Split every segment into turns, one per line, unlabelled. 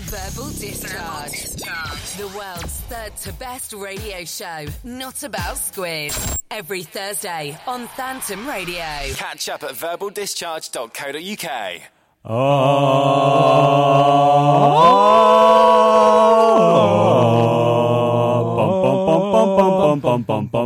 Verbal Discharge. The world's third to best radio show, not about squid. Every Thursday on Phantom Radio.
Catch up at verbaldischarge.co.uk.
Oh.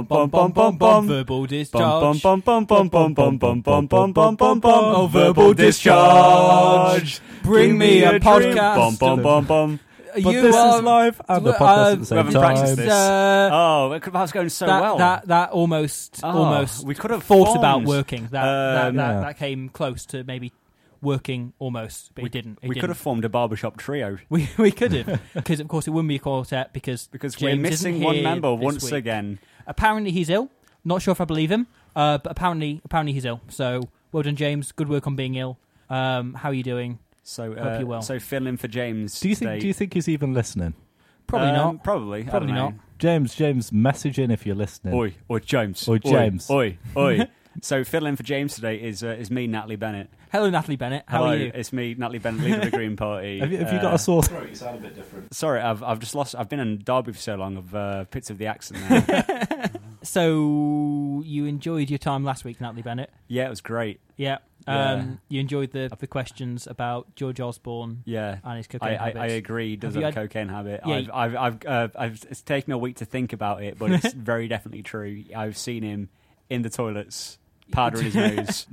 Verbal discharge.
Oh,
verbal discharge. Bring me a podcast.
Bum, bum, bum, bum.
You
But this
are-
is live and the
Uh,
podcast at the same
haven't practiced
time.
this.
Uh,
Oh, it could perhaps going so
that,
well.
that that almost
Oh,
almost
we could have
thought
formed.
about working. That that,
Um,
that,
yeah.
that came close to maybe working almost, but
we
it didn't. It
we could
didn't.
have formed a barbershop trio
We we could have because of course it wouldn't be a quartet because
because
James
we're
isn't
missing one
here
member
this
once
week.
again.
Apparently he's ill. Not sure if I believe him, uh, but apparently apparently he's ill. So well done, James. Good work on being ill. Um, how are you doing?
So, uh,
Hope you will.
so fill in for James.
Do you think?
today.
Do you think he's even listening?
Probably
Um,
not.
Probably. I don't
Probably
know.
not.
James, James, message in if you're listening.
Oi, oi, James.
Oi, James.
Oi, oi. so fill in for James today is uh, is me, Natalie Bennett.
Hello, Natalie Bennett. How
Hello,
are you?
It's me, Natalie Bennett, leader of the Green Party.
Have you, have you
Uh,
got a sore
Sorry, I've I've just lost. I've been in Derby for so long. I've uh, pits of the accent. Now.
So you enjoyed your time last week, Natalie Bennett.
yeah, it was great.
Yeah.
Yeah.
Um, You enjoyed the the questions about George Osborne
Yeah.
and his cocaine
I, I,
habits.
I agree. Does
Have
have
you
a
had-
cocaine habit?
Yeah,
I've,
you-
I've, I've, uh, I've, it's taken me a week to think about it, but it's very definitely true. I've seen him in the toilets, powder in his nose,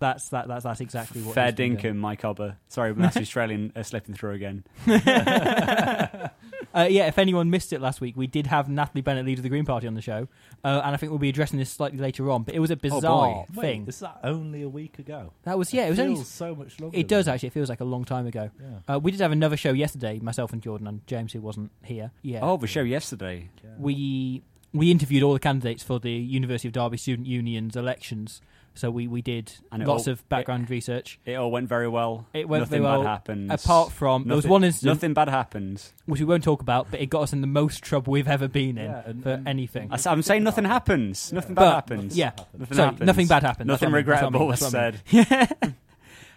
That's that. That's that's exactly what.
fair
he's been
dinkum, my cobber. Sorry, but that's the Australian uh, slipping through again.
doing. uh, yeah, if anyone missed it last week, we did have Natalie Bennett, leader of the Green Party, on the show, uh, and I think we'll be addressing this slightly later on. But
Oh,
it was a bizarre
Wait,
thing.
Is that only a week ago?
that was yeah. It was
feels
only.
so much longer.
It does
than-
actually. It feels like a long time ago.
Yeah.
Uh, we did have another show yesterday. Myself and Jordan and James, who wasn't here. Yeah.
Oh, the show yesterday.
we we interviewed all the candidates for the University of Derby Student Union's elections. So we, we did
And it
lots
all-
of background research.
It all went very well.
It went
nothing
very well,
bad happened.
Apart from there was one incident
Nothing bad happened.
which we won't talk about, but it got us in the most trouble we've ever been in
Yeah, and-
for
and-
anything.
I, am saying nothing happens. Nothing bad
But-
happens.
yeah,
Nothing
Sorry,
happens.
nothing bad happened.
Nothing
That's what I mean,
regrettable was
that's what I mean,
said.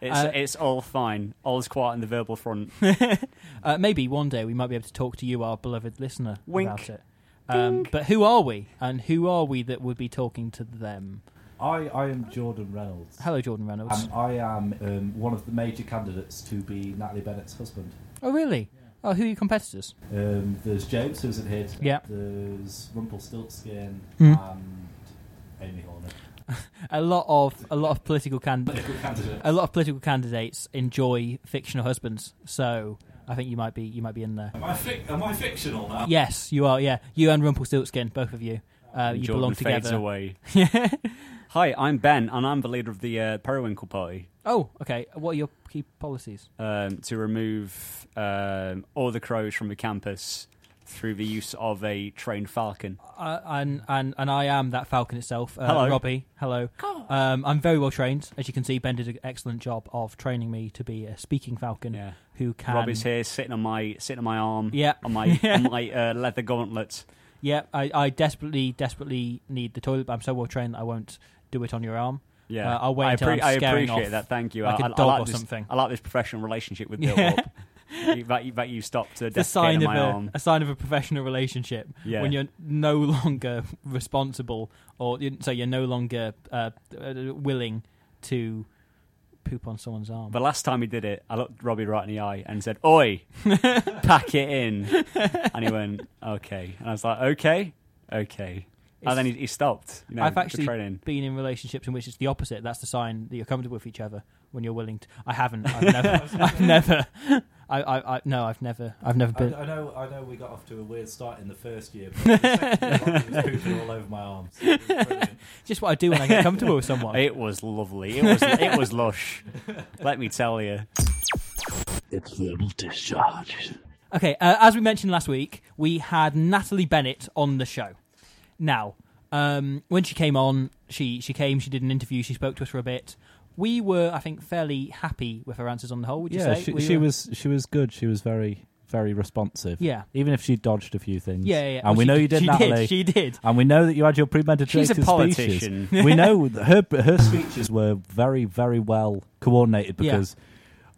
It's,
Uh,
it's all fine. All's quiet on the verbal front.
that's what I mean. uh, maybe one day we might be able to talk to you, our beloved listener,
Wink.
about it. Um, but who are we, and who are we that would be talking to them?
I, I am Jordan Reynolds.
Hello, Jordan Reynolds.
And I am um, one of the major candidates to be Natalie Bennett's husband.
oh, really? Oh, who are your competitors?
Um, there's James, who isn't here. today.
Yeah.
There's Rumpelstiltskin
Mm.
and Amy Horner.
A lot of a lot of political candidates.
Political
a
candidates.
lot of political candidates enjoy fictional husbands, so I think you might be you might be in there.
Am I, fic- am I fictional now?
Yes, you are. Yeah, you and Rumpelstiltskin, both of you, uh,
And
you
Jordan
belong
fades
together.
away. Hi, I'm Ben, and I'm the leader of the uh, Periwinkle Party.
oh, okay. What are your key policies?
Um, to remove um, all the crows from the campus through the use of a trained falcon.
Uh, and and and I am that falcon itself. Uh,
Hello.
Robbie. Hello. Um, I'm very well trained, as you can see. Ben did an excellent job of training me to be a speaking falcon
Yeah,
who can.
Robbie's here, sitting on my sitting on my arm.
Yeah.
on my on my uh, leather gauntlets.
Yeah, I, I desperately desperately need the toilet, but I'm so well trained that I won't do it on your arm.
Yeah,
Uh, I'll wait until I'm
I
scaring
appreciate
off
that. Thank you.
like
I,
a
I- I
dog
like
or
this,
something.
I like this professional relationship with Bill.
Yeah.
Up. You- that, you, that you stopped to
the
defecate on
sign of
my
a,
arm.
a sign of a professional relationship
Yeah.
when you're no longer responsible or you- so you're no longer uh, uh, willing to poop on someone's arm.
The last time he did it, I looked Robbie right in the eye and said, "Oi, pack it in." And he went, "Okay," and I was like, "Okay, okay."
It's-
and then he, he stopped. You know,
I've
the
actually
training.
been in relationships in which it's the opposite. That's the sign that you're comfortable with each other when you're willing to. I haven't. I've never. I've never. I, I, I no. I've never. I've never
I,
been.
I know, I know. We got off to a weird start in the first year, but the second year, it was pooping all over my arms. It was brilliant.
Just what I do when I get comfortable with someone.
It was lovely. It was it was lush. Let me tell you.
It's verbal discharge.
Okay, uh, as we mentioned last week, we had Natalie Bennett on the show. Now, um, when she came on, she she came, she did an interview, she spoke to us for a bit. We were, I think, fairly happy with her answers on the whole. Would you
yeah,
say?
she,
We
she
were-
was she was good. She was very very responsive.
Yeah.
even if she dodged a few things.
Yeah, yeah, yeah.
And
Well,
we
she-
know you did,
She
Natalie.
did. She did.
and we know that you had your premeditated
She's a
speeches.
politician.
we know that her her speeches were very very well coordinated
Yeah.
because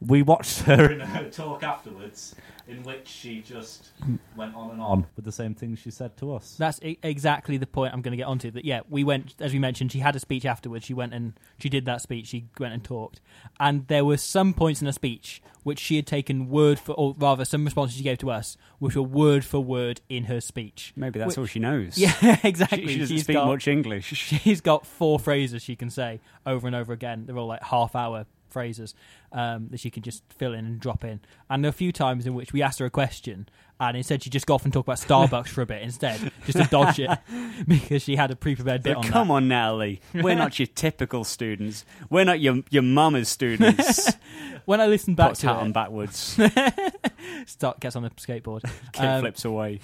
we watched her
in her talk afterwards, in which she just went on and on with the same things she said to us.
That's e- exactly the point I'm going to get onto. That yeah, we went as we mentioned. She had a speech afterwards. She went and she did that speech. She went and talked, and there were some points in her speech which she had taken word for, or rather, some responses she gave to us, which were word for word in her speech.
Maybe that's
Whi-
all she knows.
Yeah,
She,
exactly.
she doesn't
She's
speak
got-
much English.
she's got four phrases she can say over and over again. They're all like half hour phrases um, that she can just fill in and drop in. And there are a few times in which we asked her a question and instead she just got off and talked about Starbucks for a bit instead, just to dodge it because she had a pre prepared bit
But
on
come
that.
on, Natalie. We're not your typical students. We're not your your mama's students.
When I listened back
Puts
to
hat on
it,
backwards,
start, gets on the skateboard.
kick
Um,
flips away.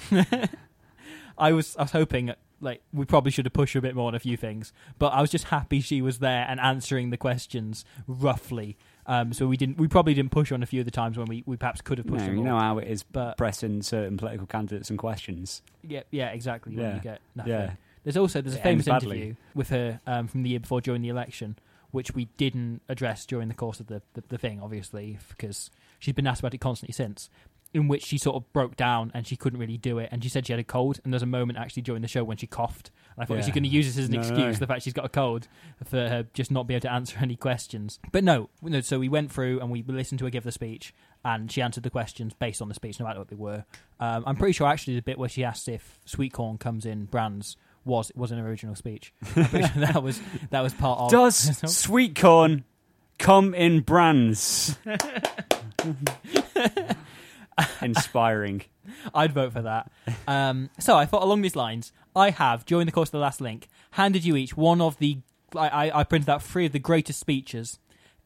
I was I was hoping like we probably should have pushed her a bit more on a few things, but I was just happy she was there and answering the questions roughly. Um, so we didn't we probably didn't push her on a few of the times when we, we perhaps could have pushed
No,
her
you
more.
know how it is
But-
pressing certain political candidates and questions.
Yeah, yeah, exactly. When
Yeah.
you get nothing.
Yeah.
There's also there's a
It ends
famous
badly.
interview with her um, from the year before during the election, which we didn't address during the course of the, the, the thing, obviously, because she's been asked about it constantly since. In which she sort of broke down and she couldn't really do it, and she said she had a cold. And there's a moment actually during the show when she coughed. And I thought, is she
Yeah.
going to use this as an
No, no,
excuse?
no.
The fact she's got a cold for her just not be able to answer any questions. But no, no. So we went through and we listened to her give the speech, and she answered the questions based on the speech, no matter what they were. Um, I'm pretty sure actually the bit where she asked if sweet corn comes in brands was was an original speech. I'm pretty sure that was that was part of.
Does sweet corn come in brands? Inspiring.
I'd vote for that. Um, so I thought along these lines, I have during the course of the last link handed you each one of the. I, I, I printed out three of the greatest speeches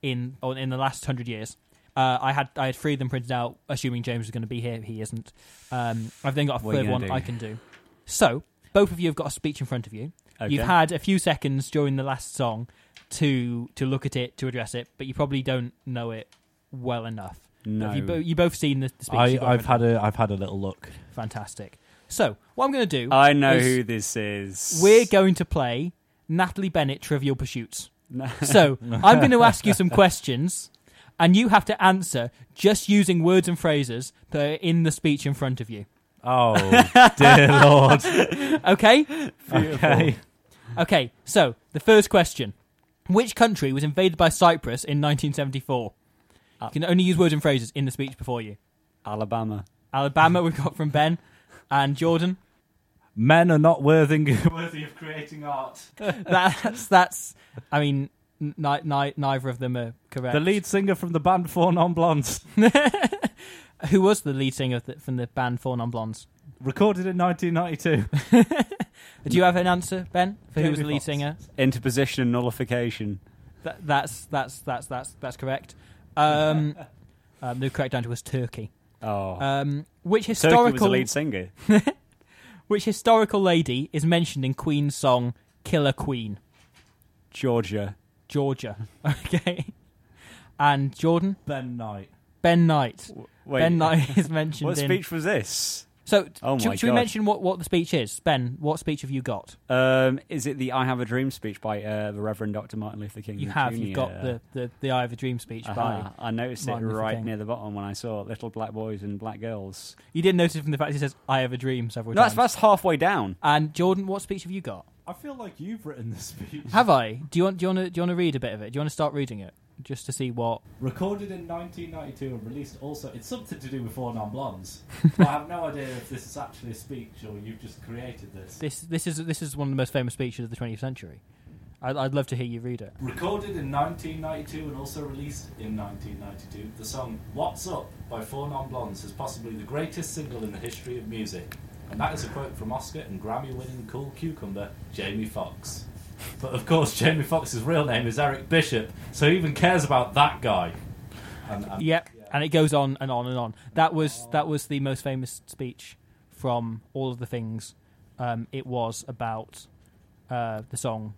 in on- in the last hundred years. Uh, I had I had three of them printed out, assuming James was going to be here. He isn't. Um, I've then got a
What are you
third one
gonna do?
I can do. So both of you have got a speech in front of you.
Okay.
You've had a few seconds during the last song to to look at it to address it, but you probably don't know it well enough.
No.
Have you, bo- you both seen the, the speech.
I,
you've got in
I've
front of
had a I've had a little look.
you? fantastic. So what I'm going to do,
I know
is
who this is.
we're going to play Natalie Bennett Trivial Pursuits. so I'm going to ask you some questions, and you have to answer just using words and phrases that are in the speech in front of you.
Oh dear lord!
Okay.
Okay.
Okay, so the first question: Which country was invaded by Cyprus in 1974?
Ah.
You can only use words and phrases in the speech before you.
Alabama.
Alabama, we've got from Ben, and Jordan.
Men are not worthy worthy of creating art.
That's that's. I mean, n- ni- ni- neither of them are correct.
The lead singer from the band Four Non Blondes,
Who was the lead singer of the, from the band Four Non Blondes?
recorded in 1992.
Do you have an answer, Ben, for who
Jamie
was the lead
Foxx.
singer?
Interposition and nullification.
Th- that's that's that's that's that's correct. Um, um, the correct answer was Turkey.
Oh.
Um, which
Turkey was the
historical
lead singer.
Which historical lady is mentioned in Queen's song Killer Queen?
Georgia.
Georgia. Okay. And Jordan?
Ben Knight.
Ben Knight.
Wait,
Ben Knight is mentioned
what
in.
speech was this?
So,
Oh
should,
my
should we
God.
mention what, what the speech is? Ben, what speech have you got?
Um, is it the "I Have a Dream" speech by uh, the Reverend Dr. Martin Luther King?
You have.
Jr.?
You've got the, the, the I Have a Dream speech by.
Aha, I noticed
Martin
it
Luther
right
King.
near the bottom when I saw little black boys and black girls.
You did notice from the fact he says, I Have a Dream several
No, that's,
times.
that's halfway down.
And Jordan, what speech have you got?
I feel like you've written this speech.
Have I? Do you want do you want to do you want to read a bit of it? Do you want to start reading it just to see what?
Recorded in 1992 and released also. It's something to do with Four Non Blondes. but I have no idea if this is actually a speech or you've just created this.
This this is this is one of the most famous speeches of the 20th century. I'd, I'd love to hear you read it.
Recorded in 1992 and also released in 1992, the song What's Up by Four Non Blondes is possibly the greatest single in the history of music. And that is a quote from Oscar and Grammy winning cool cucumber Jamie Foxx. But of course, Jamie Foxx's real name is Eric Bishop, so who even cares about that guy? And, and
Yep, and it goes on and on and on. That was that was the most famous speech from all of the things. Um, it was about uh, the song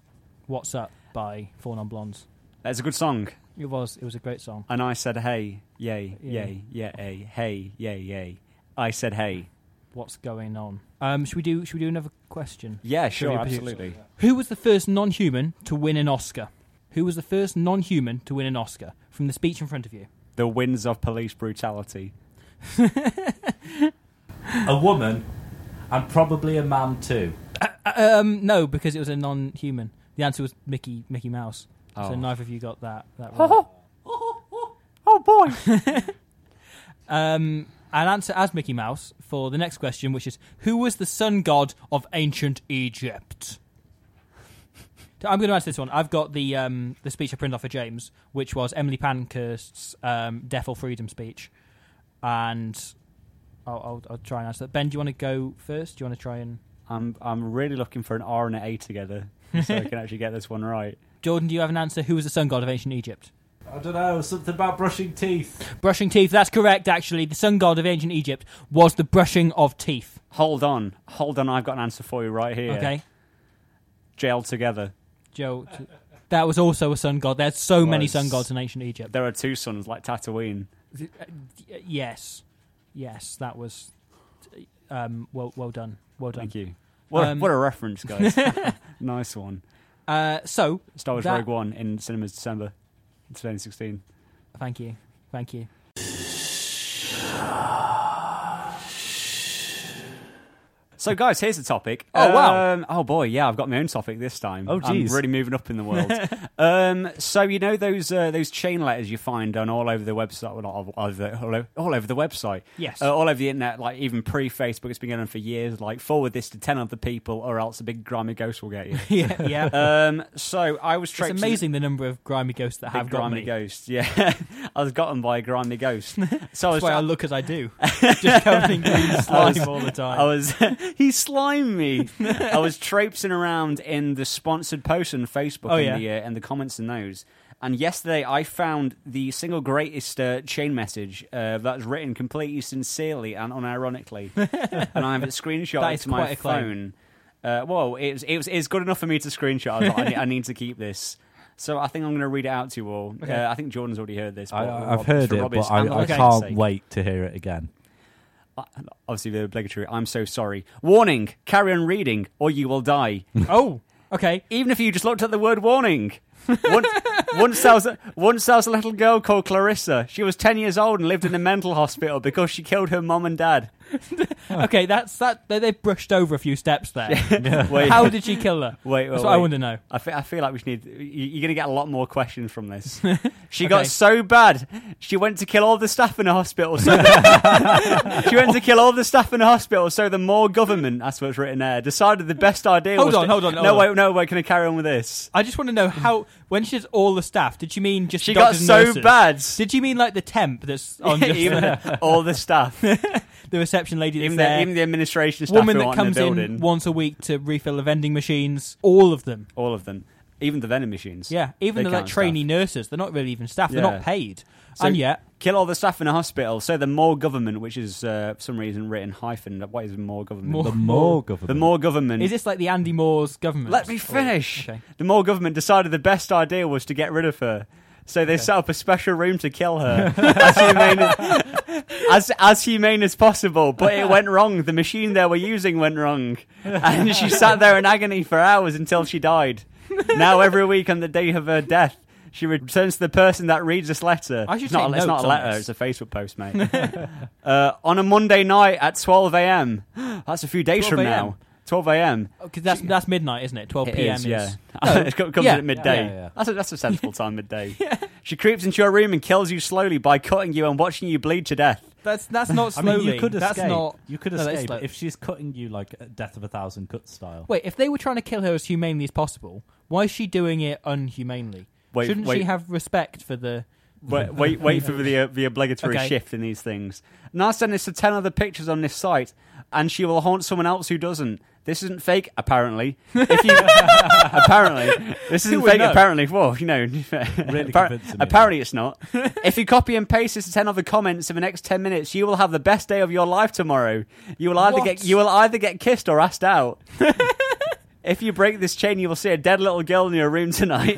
"What's Up" by Four Non Blondes.
That's a good song.
It was it was a great song.
And I said, "Hey, yay,
Yeah.
yay, yeah, hey, hey, yay, yay." I said, "Hey,
What's going on? Um, should we do should we do another question?
yeah,
we
sure,
put it-
absolutely."
Who was the first non-human to win an Oscar? Who was the first non-human to win an Oscar from the speech in front of you?
The Winds of Police Brutality.
A woman, and probably a man too.
Um, no, because it was a non-human. The answer was Mickey Mickey Mouse. So
Oh.
neither of you got that. that right.
Oh boy!
um, I'll answer as Mickey Mouse for the next question, which is who was the sun god of ancient Egypt? I'm going to answer this one. I've got the um, the speech I printed off for James, which was Emily Pankhurst's um, "Death or Freedom" speech, and I'll, I'll, I'll try and answer that. Ben, do you want to go first? Do you want to try and
I'm I'm really looking for an R and an A together so I can actually get this one right.
Jordan? Do you have an answer? Who was the sun god of ancient Egypt?
I don't know, something about brushing teeth.
Brushing teeth. That's correct. Actually, the sun god of ancient Egypt was the brushing of teeth.
Hold on, hold on. I've got an answer for you right here.
Okay,
Jailed together.
Joe. t- That was also a sun god. There's so many
Was.
sun gods in ancient Egypt.
There are two sons like Tatooine.
Y- Yes, yes, that was. Um, well, well done, well done.
Thank you. What,
Um,
what a reference, guys. nice one.
Uh, so
Star Wars
That-
Rogue One in cinemas December 2016.
thank you, thank you.
So, guys, here's the topic.
Oh, wow.
Um, oh boy, yeah, I've got my own topic this time.
Oh,
I'm
geez.
really moving up in the world. um, so you know those uh, those chain letters you find on all over the website, well, not all, all over, all over, all over the website.
Yes.
uh, all over the internet. Like even pre Facebook, it's been going on for years. Like forward this to ten other people, or else a big grimy ghost will get you.
Yeah, yeah.
um, so I was
it's
traipsing-
amazing the number of grimy ghosts that have
Big
got
grimy
me.
ghost, yeah. I was gotten by a grimy ghost. So I was
That's why I look as I do, just covered in green slime
was-
all the time.
I was he slimed me. I was traipsing around in the sponsored posts on Facebook
Oh,
in
yeah.
the uh, and the comments in those. And yesterday, I found the single greatest uh, chain message uh, that's written completely sincerely and unironically, and I have it
That
screenshot
is
to my
quite a claim.
phone. Uh, whoa, it was, it was it's good enough for me to screenshot. I, was like, I, need, I need to keep this. So I think I'm going to read it out to you all. Uh, I think Jordan's already heard this.
I,
but
I've
Rob-
heard
for
it,
Robbie's
but I,
and
I
Robbie's
can't
sake.
wait to hear it again.
Obviously, the obligatory. I'm so sorry. Warning: carry on reading, or you will die.
oh, okay.
Even if you just looked at the word warning. once, once, there was a, once there was a little girl called Clarissa. She was 10 years old and lived in a mental hospital because she killed her mum and dad.
Okay, that's that. They, they brushed over a few steps there.
Wait,
How did she kill her?
Wait,
that's
wait,
what I
wait.
want to know.
I, fe- I feel like we should need. you- You're going to get a lot more questions from this. She
Okay.
got so bad, she went to kill all the staff in the hospital. So she went to kill all the staff in the hospital. So the Moore government, that's what's written there, decided the best idea.
Hold
was
on,
to-
hold on,
No,
hold on.
wait, no, wait. Can I carry on with this?
I just want to know how when she says all the staff, did she mean just
She got
doctors and
so
nurses?
bad.
Did you mean like the temp that's on just
even all the staff,
the reception lady that's
even
there?
the, even the administration staff
woman
who
that
aren't in
comes
the
in,
building,
once a week to refill the vending machines, all of them.
all of them, even the vending machines.
Yeah, even
They
the like
count
trainee
staff.
nurses, they're not really even staff. They're
Yeah.
not paid,
So-
and yet
Kill all the staff in a hospital. So the Moore government, which is uh, for some reason written hyphen. What is Moore government?
Moore-
The
Moore-
more government.
The Moore government.
is this like the Andy Moore's government?
Let me finish.
Oh, okay.
The Moore government decided the best idea was to get rid of her. So they set up a special room to kill her as humane as, as humane as possible. But it went wrong. The machine they were using went wrong, and she sat there in agony for hours until she died. Now every week on the day of her death. She returns to the person that reads this letter.
I should
it's not,
take
it's not
notes
a
on
letter,
this.
it's a Facebook post, mate. uh, on a Monday night at 12 a.m. That's a few days from
12 a.m..
now. 12 a.m.
because that's that's midnight, isn't it? Twelve
It
p.m.
is, yeah.
No,
it co- comes
yeah,
in at midday.
yeah, yeah.
That's, a, that's a sensible time, midday. She creeps into your room and kills you slowly by cutting you and watching you bleed to death.
that's that's not
I
slowly.
mean, you could escape.
That's not.
you could
no, that's
escape
slow.
if she's cutting you like a Death of a Thousand Cuts style.
Wait, if they were trying to kill her as humanely as possible, why is she doing it unhumanely?
Wait,
Shouldn't
wait.
she have respect for the?
Wait, wait, wait for the, uh, the obligatory
Okay.
shift in these things. Now send this to 10 other pictures on this site, and she will haunt someone else who doesn't. This isn't fake, apparently. If you, apparently. This isn't
would
fake,
know?
apparently. Well, you know. appar-
convincing me.
apparently, it's not. if you copy and paste this to 10 other comments in the next 10 minutes, you will have the best day of your life tomorrow. You will either,
What?
get, you will either get kissed or asked out. If you break this chain, you will see a dead little girl in your room tonight.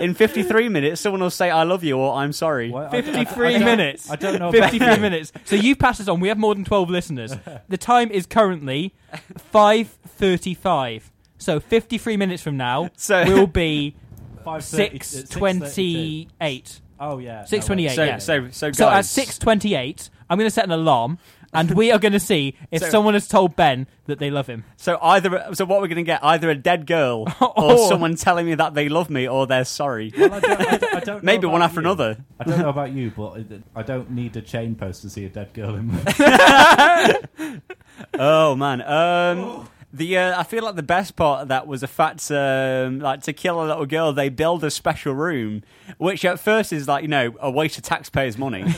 in 53 minutes, someone will say, I love you or I'm sorry.
Why- I- I- I- I
53
don't-
minutes.
I don't know. about
53 minutes. So you've passed us on. We have more than 12 listeners. The time is currently 5.35. So 53 minutes from now
So-
will be
5:30 it's 6:32.
6.28.
uh, Oh yeah,
Six twenty-eight.
So,
yeah.
so, so, guys,
So at six twenty-eight, I'm going to set an alarm, and we are going to see if
So-
someone has told Ben that they love him.
so either, so what we're gonna get? Either a dead girl, or
Or-
someone telling me that they love me, or they're sorry.
Well, I don't, I don't- I don't know
Maybe one
about
after
you.
another.
I don't know about you, but it- I don't need a chain post to see a dead girl in my.
Oh man.
Oh.
Um the uh, I feel like the best part of that was the fact um, like to kill a little girl they build a special room which at first is like you know a waste of taxpayers money.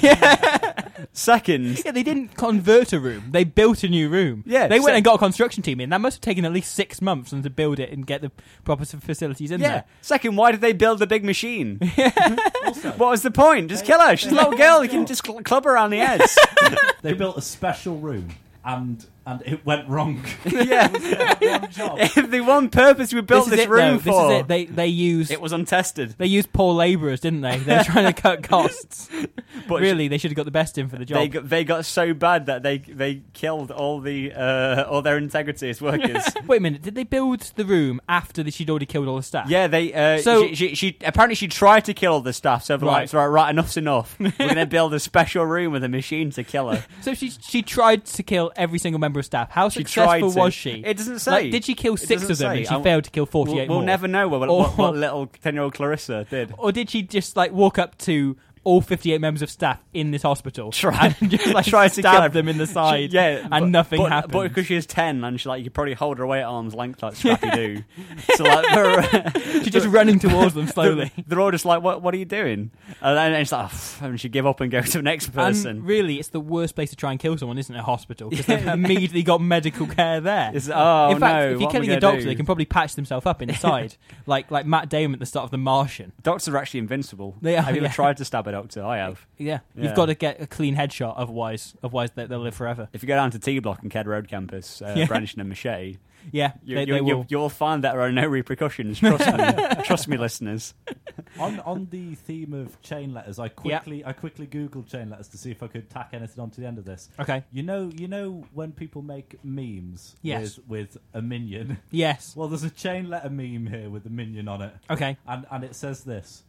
Second
Yeah, they didn't convert a room; they built a new room.
Yeah,
they went
so-
and got a construction team in. That must have taken at least six months for them to build it and get the proper s- facilities in
yeah.
there.
Second why did they build the big machine? what was the point? Just kill her. She's a little girl you can just cl- club her around the heads.
they built a special room, and and it went wrong.
yeah.
One job.
the one purpose we built
is
this,
it,
room
though.
for.
This is it. They they use
It was untested.
they use poor labourers, didn't they? They're trying to cut costs.
But
really, they should have got the best in for the job.
They got, they got so bad that they they killed all the uh, all their integrity as workers.
Wait a minute. Did they build the room after that she'd already killed all the staff?
yeah, they. Uh,
So-
she, she, she apparently she tried to kill all the staff. So they're
Right.
like, right, right, enough's enough. We're gonna build a special room with a machine to kill her.
So she she tried to kill every single member of staff. How successful
tried to.
was she?
It doesn't say.
Like, did she kill
It
six
doesn't
of them and
say.
she
I-
failed to kill
We'll,
forty eight?
we'll never know what,
Or-
what, what little ten year old Clarissa did.
Or did she just like walk up to all fifty eight members of staff in this hospital
Try-
and just like
tried to
stab
kill her.
them in the side?
She- yeah,
and
but-
nothing
but,
happened.
But because she was ten, and she like you could probably hold her away at arm's length like Scrappy Doo. so like, her-
she's just running towards them slowly.
They're, they're all just like, "What? What are you doing?" And then it's like, "Pff," and she give up and go to the next person.
And really, it's the worst place to try and kill someone, isn't it? A hospital because they've immediately got medical care there.
It's- oh,
in fact,
no,
if you're
what am I
killing
gonna
a doctor,
do?
they can probably patch themselves up inside, like like Matt Damon at the start of The Martian.
Doctors are actually invincible.
They are,
Have you
yeah.
ever tried to stab a doctor? I have.
Yeah,
Yeah.
you've got to get a clean headshot, otherwise, otherwise they, they'll live forever.
If you go down to T Block and Ked Road campus, uh,
Yeah.
brandishing a machete,
Yeah,
you,
they,
you,
they
you,
will.
you'll find that there are no repercussions. Trust me, trust me, listeners.
on on the theme of chain letters, I quickly I quickly googled chain letters to see if I could tack anything onto the end of this.
Okay.
You know you know when people make memes
Yes.
with with a minion.
Yes.
Well, there's a chain letter meme here with a minion on it.
Okay.
And and it says this.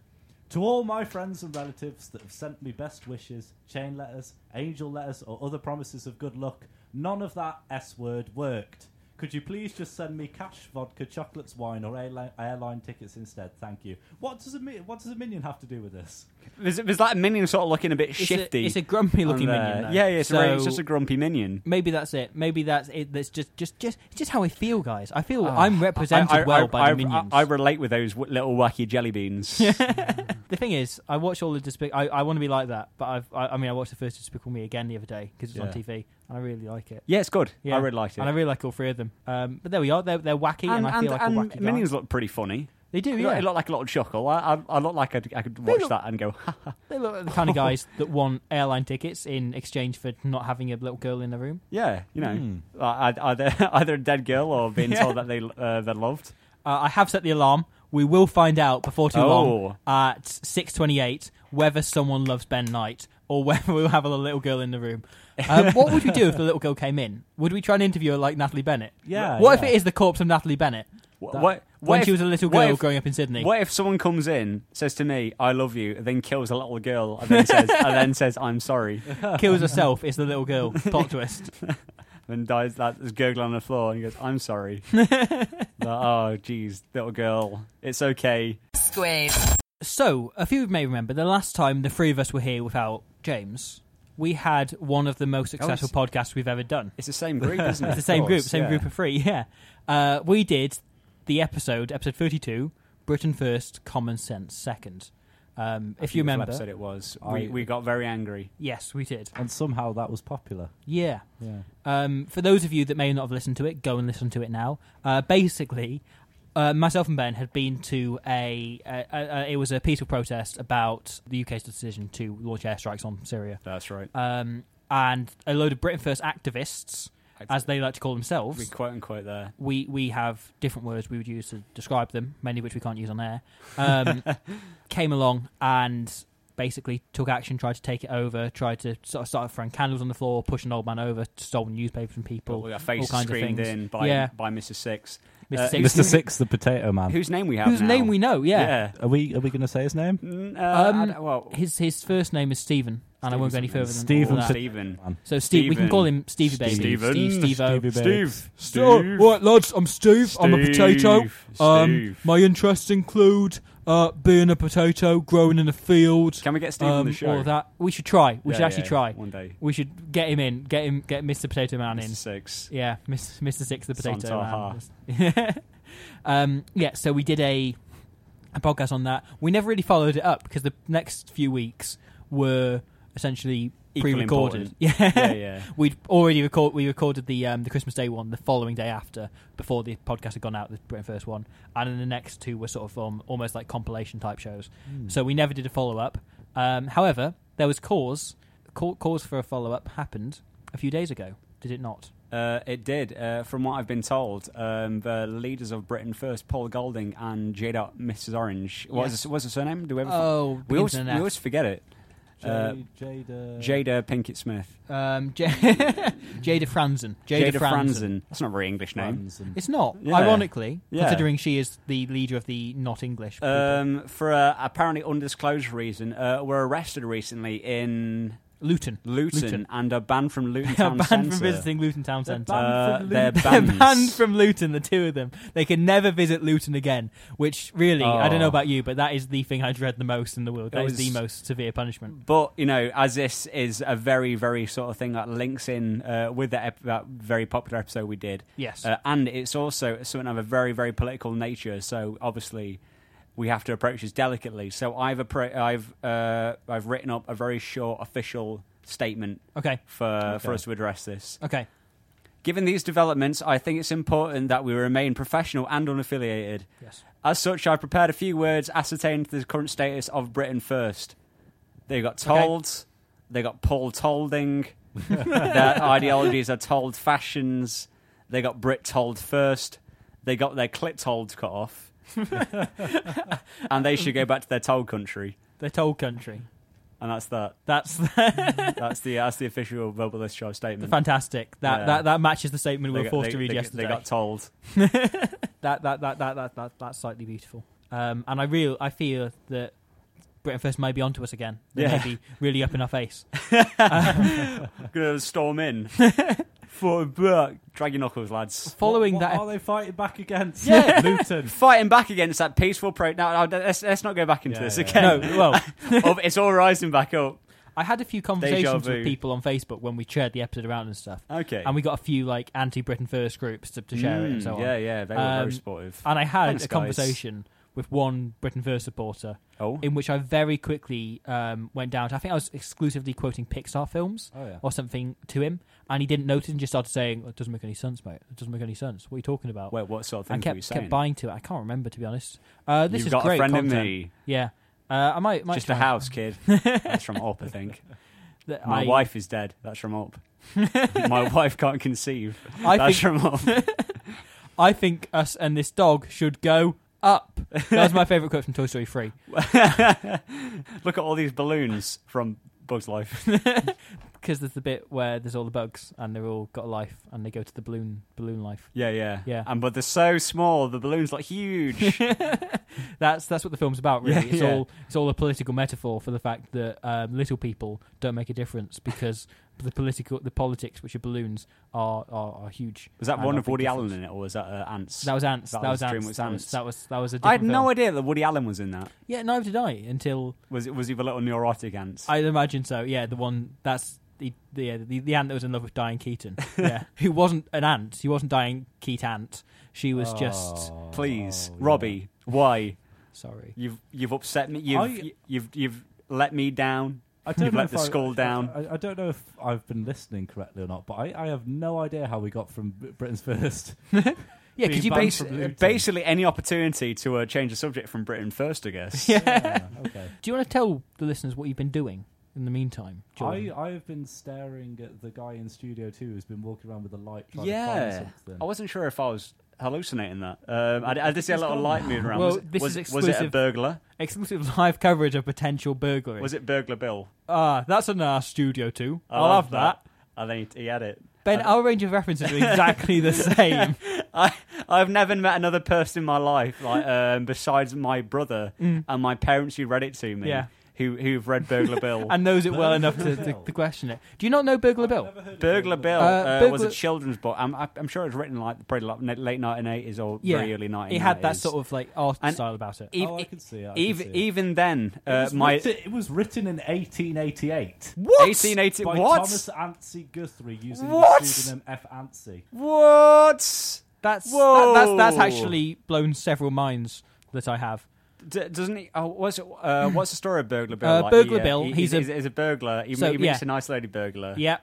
To all my friends and relatives that have sent me best wishes, chain letters, angel letters, or other promises of good luck, none of that S word worked. Could you please just send me cash, vodka, chocolates, wine, or airline, airline tickets instead? Thank you. What does a mi- what does a minion have to do with this?
There's, there's like a minion sort of looking a bit
It's a-
shifty.
it's a grumpy-looking
on there.
minion, though.
Yeah, yeah. It's, a, very- it's
So-
just a grumpy minion.
Maybe that's it. Maybe that's it. That's just, just, just, it's just how I feel, guys. I feel
Ah.
I'm represented
I- I-
well
I-
by
I-
the minions.
I, I relate with those w- little wacky jelly beans.
the thing is, I watch all the Despicable. I, I want to be like that, but I've, I, I mean, I watched the first Despicable Me again the other day because it's on
Yeah.
TV, and I really like it.
yeah, it's good.
Yeah.
I really liked it.
and I really like all three of them. Um, but there we are. They're, they're wacky, and, I feel like a wacky guy.
minions look pretty funny.
They do,
It
yeah.
looked like a little chuckle. I, I, I look like I'd, I could watch
look-
that and go, ha ha.
They look like the kind of guys that want airline tickets in exchange for not having a little girl in the room.
Yeah, hmm. you know, like, ei- either either a dead girl or being
Yeah.
told that they uh, they're loved.
Uh, I have set the alarm. We will find out before too long
Oh.
at 6:28 whether someone loves Ben Knight or whether we'll have a little girl in the room. Um, what would we do if the little girl came in? Would we try and interview her like Natalie Bennett?
Yeah,
What
yeah.
if it is the corpse of Natalie Bennett?
Wh-
That-
What, what
when
if-
she was a little
what
girl
if-
growing up in Sydney.
What if someone comes in, says to me, "I love you," and then kills a little girl, and then says, and then says, "I'm sorry,"
Kills herself. It's the little girl. Plot twist.
and dies that is gurgling on the floor, and he goes, "I'm sorry." Like, oh, jeez, little girl, it's okay.
Squid.
So, a few of you may remember the last time the three of us were here without James, we had one of the most successful podcasts we've ever done.
It's the same group, isn't it?
It's the same
Of
group,
course,
same
yeah.
group of three, yeah. Uh, we did the episode, episode 32, Britain First, Common Sense Second. Um, if you
Beautiful
remember.
episode it was.
I-
We, we got very angry.
Yes, we did.
And somehow that was popular.
Yeah.
Yeah.
Um, for those of you that may not have listened to it, go and listen to it now. Uh, basically, uh, myself and Ben had been to a, a, a, a. It was a peaceful protest about the UK's decision to launch airstrikes on Syria.
That's right.
um, and a load of Britain First activists, as they like to call themselves.
we quote unquote there.
We we have different words we would use to describe them, many of which we can't use on air. Um, came along and basically took action, tried to take it over, tried to sort of start throwing candles on the floor, push an old man over, stole newspapers from people,
We got
all
face
kinds
screamed
of things.
in by
yeah,
by Mr. Six.
Mr.
uh,
Six,
Mr. Six, the potato man.
Whose name we have?
whose
now.
name we know. Yeah,
Yeah.
Are we are we going to say his name?
Mm, uh,
Um,
I don't- well,
his his first name is Stephen, and I won't go any further than
Stephen
all that.
Steve-
Stephen.
So Steve, we can
Stephen.
call him Stevie Baby,
Stephen.
Steve, Steve-O.
Stevie Baby.
Steve.
Steve. Right, lads, I'm Steve. I'm a potato.
Steve.
Um,
Steve.
my interests include uh, being a potato, growing in a field.
Can we get Steve on the
um,
show?
All of that. We should try. We
Yeah,
should actually
yeah,
try.
one day.
We should get him in. Get him. Get Mr. Potato Man in.
Mr. Six.
Yeah, Miss, Mr. Six the Potato
Santaha.
Man. um, yeah, so we did a a podcast on that. We never really followed it up because the next few weeks were essentially
Equally
pre-recorded.
important.
Yeah.
Yeah, yeah.
We'd already record we recorded the um, the Christmas Day one the following day after before the podcast had gone out the very first one, and then the next two were sort of um, almost like compilation type shows.
Hmm.
So we never did a follow up. Um, however, there was cause ca- cause for a follow up happened a few days ago. Did it not?
Uh, it did. Uh, from what I've been told, um, the leaders of Britain First, Paul Golding and J. Dot Mrs. Orange. What's
Yes.
her, what's her surname? Do we ever?
Oh,
we
begins
always,
with an
we
F.
always forget it.
J-
Uh,
Jada.
Jada Pinkett Smith.
Um, J- Jada Franzen. Jada, Franzen.
That's not a very English name.
Ramson.
It's not,
Yeah.
ironically,
Yeah.
considering she is the leader of the not English. people.
Um, for a apparently undisclosed reason, uh, were arrested recently in
Luton.
Luton, and are banned from Luton
They are
Town
banned
Centre.
from visiting Luton Town
They're
Centre.
banned
Uh,
from
they're
Luton.
They're
banned.
banned from Luton, the two of them. They can never visit Luton again, which really, I don't know
Oh.
about you, but that is the thing I dread the most in the world.
It
That is
was-
the most severe punishment.
But you know, as this is a very, very sort of thing that links in uh, with that, ep- that very popular episode we did.
Yes.
uh, and it's also something of a very, very political nature. So obviously, we have to approach this delicately. So I've appro- I've uh, I've written up a very short official statement
Okay,
for for us to address this.
okay.
Given these developments, I think it's important that we remain professional and unaffiliated.
Yes.
As such, I've prepared a few words ascertaining the current status of Britain first. They got
Okay.
told, they got Paul Tolding, their ideologies are told fashions, they got Brit told first, they got their clit told cut off, and they should go back to their told country.
The toll country.
And that's that.
That's
That's the that's the official verbal discharge statement.
fantastic. That,
Yeah.
that that matches the statement we
They
were
got-
forced
they-
to read
they got-
yesterday.
They got told.
that that that that that, that that's slightly beautiful. Um, and I real I feel that Britain First may be onto us again. They
Yeah.
may be really up in our face.
Gonna storm in. For back. Drag your knuckles, lads.
Following
what,
that,
what are they fighting back against?
Yeah.
Luton.
Fighting back against that peaceful pro. No, no let's, let's not go back into
Yeah,
this
yeah.
again.
no, well,
Oh, it's all rising back up.
I had a few conversations
vu.
with people on Facebook when we shared the episode around and stuff,
Okay.
and we got a few like anti-Britain First groups to, to share it and so on.
Mm, Yeah, yeah, they were
Um,
very supportive.
And I had
Thanks,
a
guys.
conversation with one Britain First supporter
Oh,
in which I very quickly um, went down to. I think I was exclusively quoting Pixar films.
Oh yeah.
or something to him, and he didn't notice and just started saying, "It doesn't make any sense, mate. It doesn't make any sense. What are you talking about?"
wait, what sort of thing
and
were you
kept
saying?
kept buying to it. I can't remember to be honest. Uh, this
You've
is
got
great
a friend
content.
in me.
Yeah, uh, I might, might
Just
try.
a house, kid. That's from Up, I think.
That
My
I-
wife is dead. That's from Up. My wife can't conceive.
I
That's
think
from Up.
I think us and this dog should go up. That was my favorite quote from Toy Story Three.
Look at all these balloons from Bug's Life.
Because there's the bit where there's all the bugs and they're all got a life and they go to the balloon balloon life.
Yeah, yeah,
Yeah.
And but they're so small. The balloon's like huge.
That's that's what the film's about, really.
Yeah,
it's
yeah.
all it's all a political metaphor for the fact that um, little people don't make a difference because the political the politics, which are balloons, are are, are huge.
Was that
and
one
are
of
big
Woody
difference.
Allen in it, or was that uh, ants?
That was ants. That,
That
was
was
ants.
Dreamworks
that, was,
Ants.
that was that was
I
a different
had no
film.
idea that Woody Allen was in that.
Yeah, neither did I until
Was it? Was he the little neurotic ants?
I imagine so. Yeah, the one that's the the yeah, the, the ant that was in love with Diane Keaton. Yeah, who wasn't an ant. She wasn't Diane Keaton. She was just
Please,
Oh, yeah.
Robbie, why
sorry.
you've you've upset me? You've
I-
you, you've you've let me down.
I don't
You've
know
let
if
the
I-
skull down.
I, I don't know if I've been listening correctly or not, but I, I have no idea how we got from B- Britain's first.
Yeah, because
Being
you
banned
base.
from Luton.
uh, Basically, any opportunity to uh, change the subject from Britain first, I guess.
yeah, okay.
Do you want to tell the listeners what you've been doing in the meantime?
I,
Jordan?
I have been staring at the guy in Studio 2 who's been walking around with a light trying to
Yeah. Oh,
find something.
I wasn't sure if I was hallucinating that. Um, I, I did see a lot of light moving around.
Well,
was, it,
this
was,
is
was it a
exclusive.
burglar?
Exclusive live coverage of potential burglary.
Was it Burglar Bill?
Ah, that's in our studio too.
I
I'll
love
have that.
I think he had it.
Ben, our range of references are exactly the same.
I, I've never met another person in my life like um, besides my brother and my parents who read it to me.
Mm. Yeah.
Who, who've read Burglar Bill?
and knows it well enough to, to, to question it. Do you not know Burglar Bill?
Burglar Bill
Uh,
uh, was a
Burglar-
children's book. I'm, I'm sure it was written like probably like na- late 1980s or very early 1990s.
He had that sort of like art
And-
style about it.
Ev-
Oh, I can see it, I can
e-, Even,
see it.
even then,
It
uh,
was
my
written- it was written in 1888
What?
1880.
by
What?
Thomas Anstey Guthrie using
What?
the pseudonym F. Anstey.
What?
That's
Whoa.
that- that's that's actually blown several minds that I have.
D- doesn't he? Oh, what's it, uh, what's the story of Burglar Bill?
Uh,
like?
Burglar
He, uh,
Bill,
he-
he's
he's,
a-
he's, a burglar. He,
So,
he meets
yeah.
an isolated burglar.
Yeah.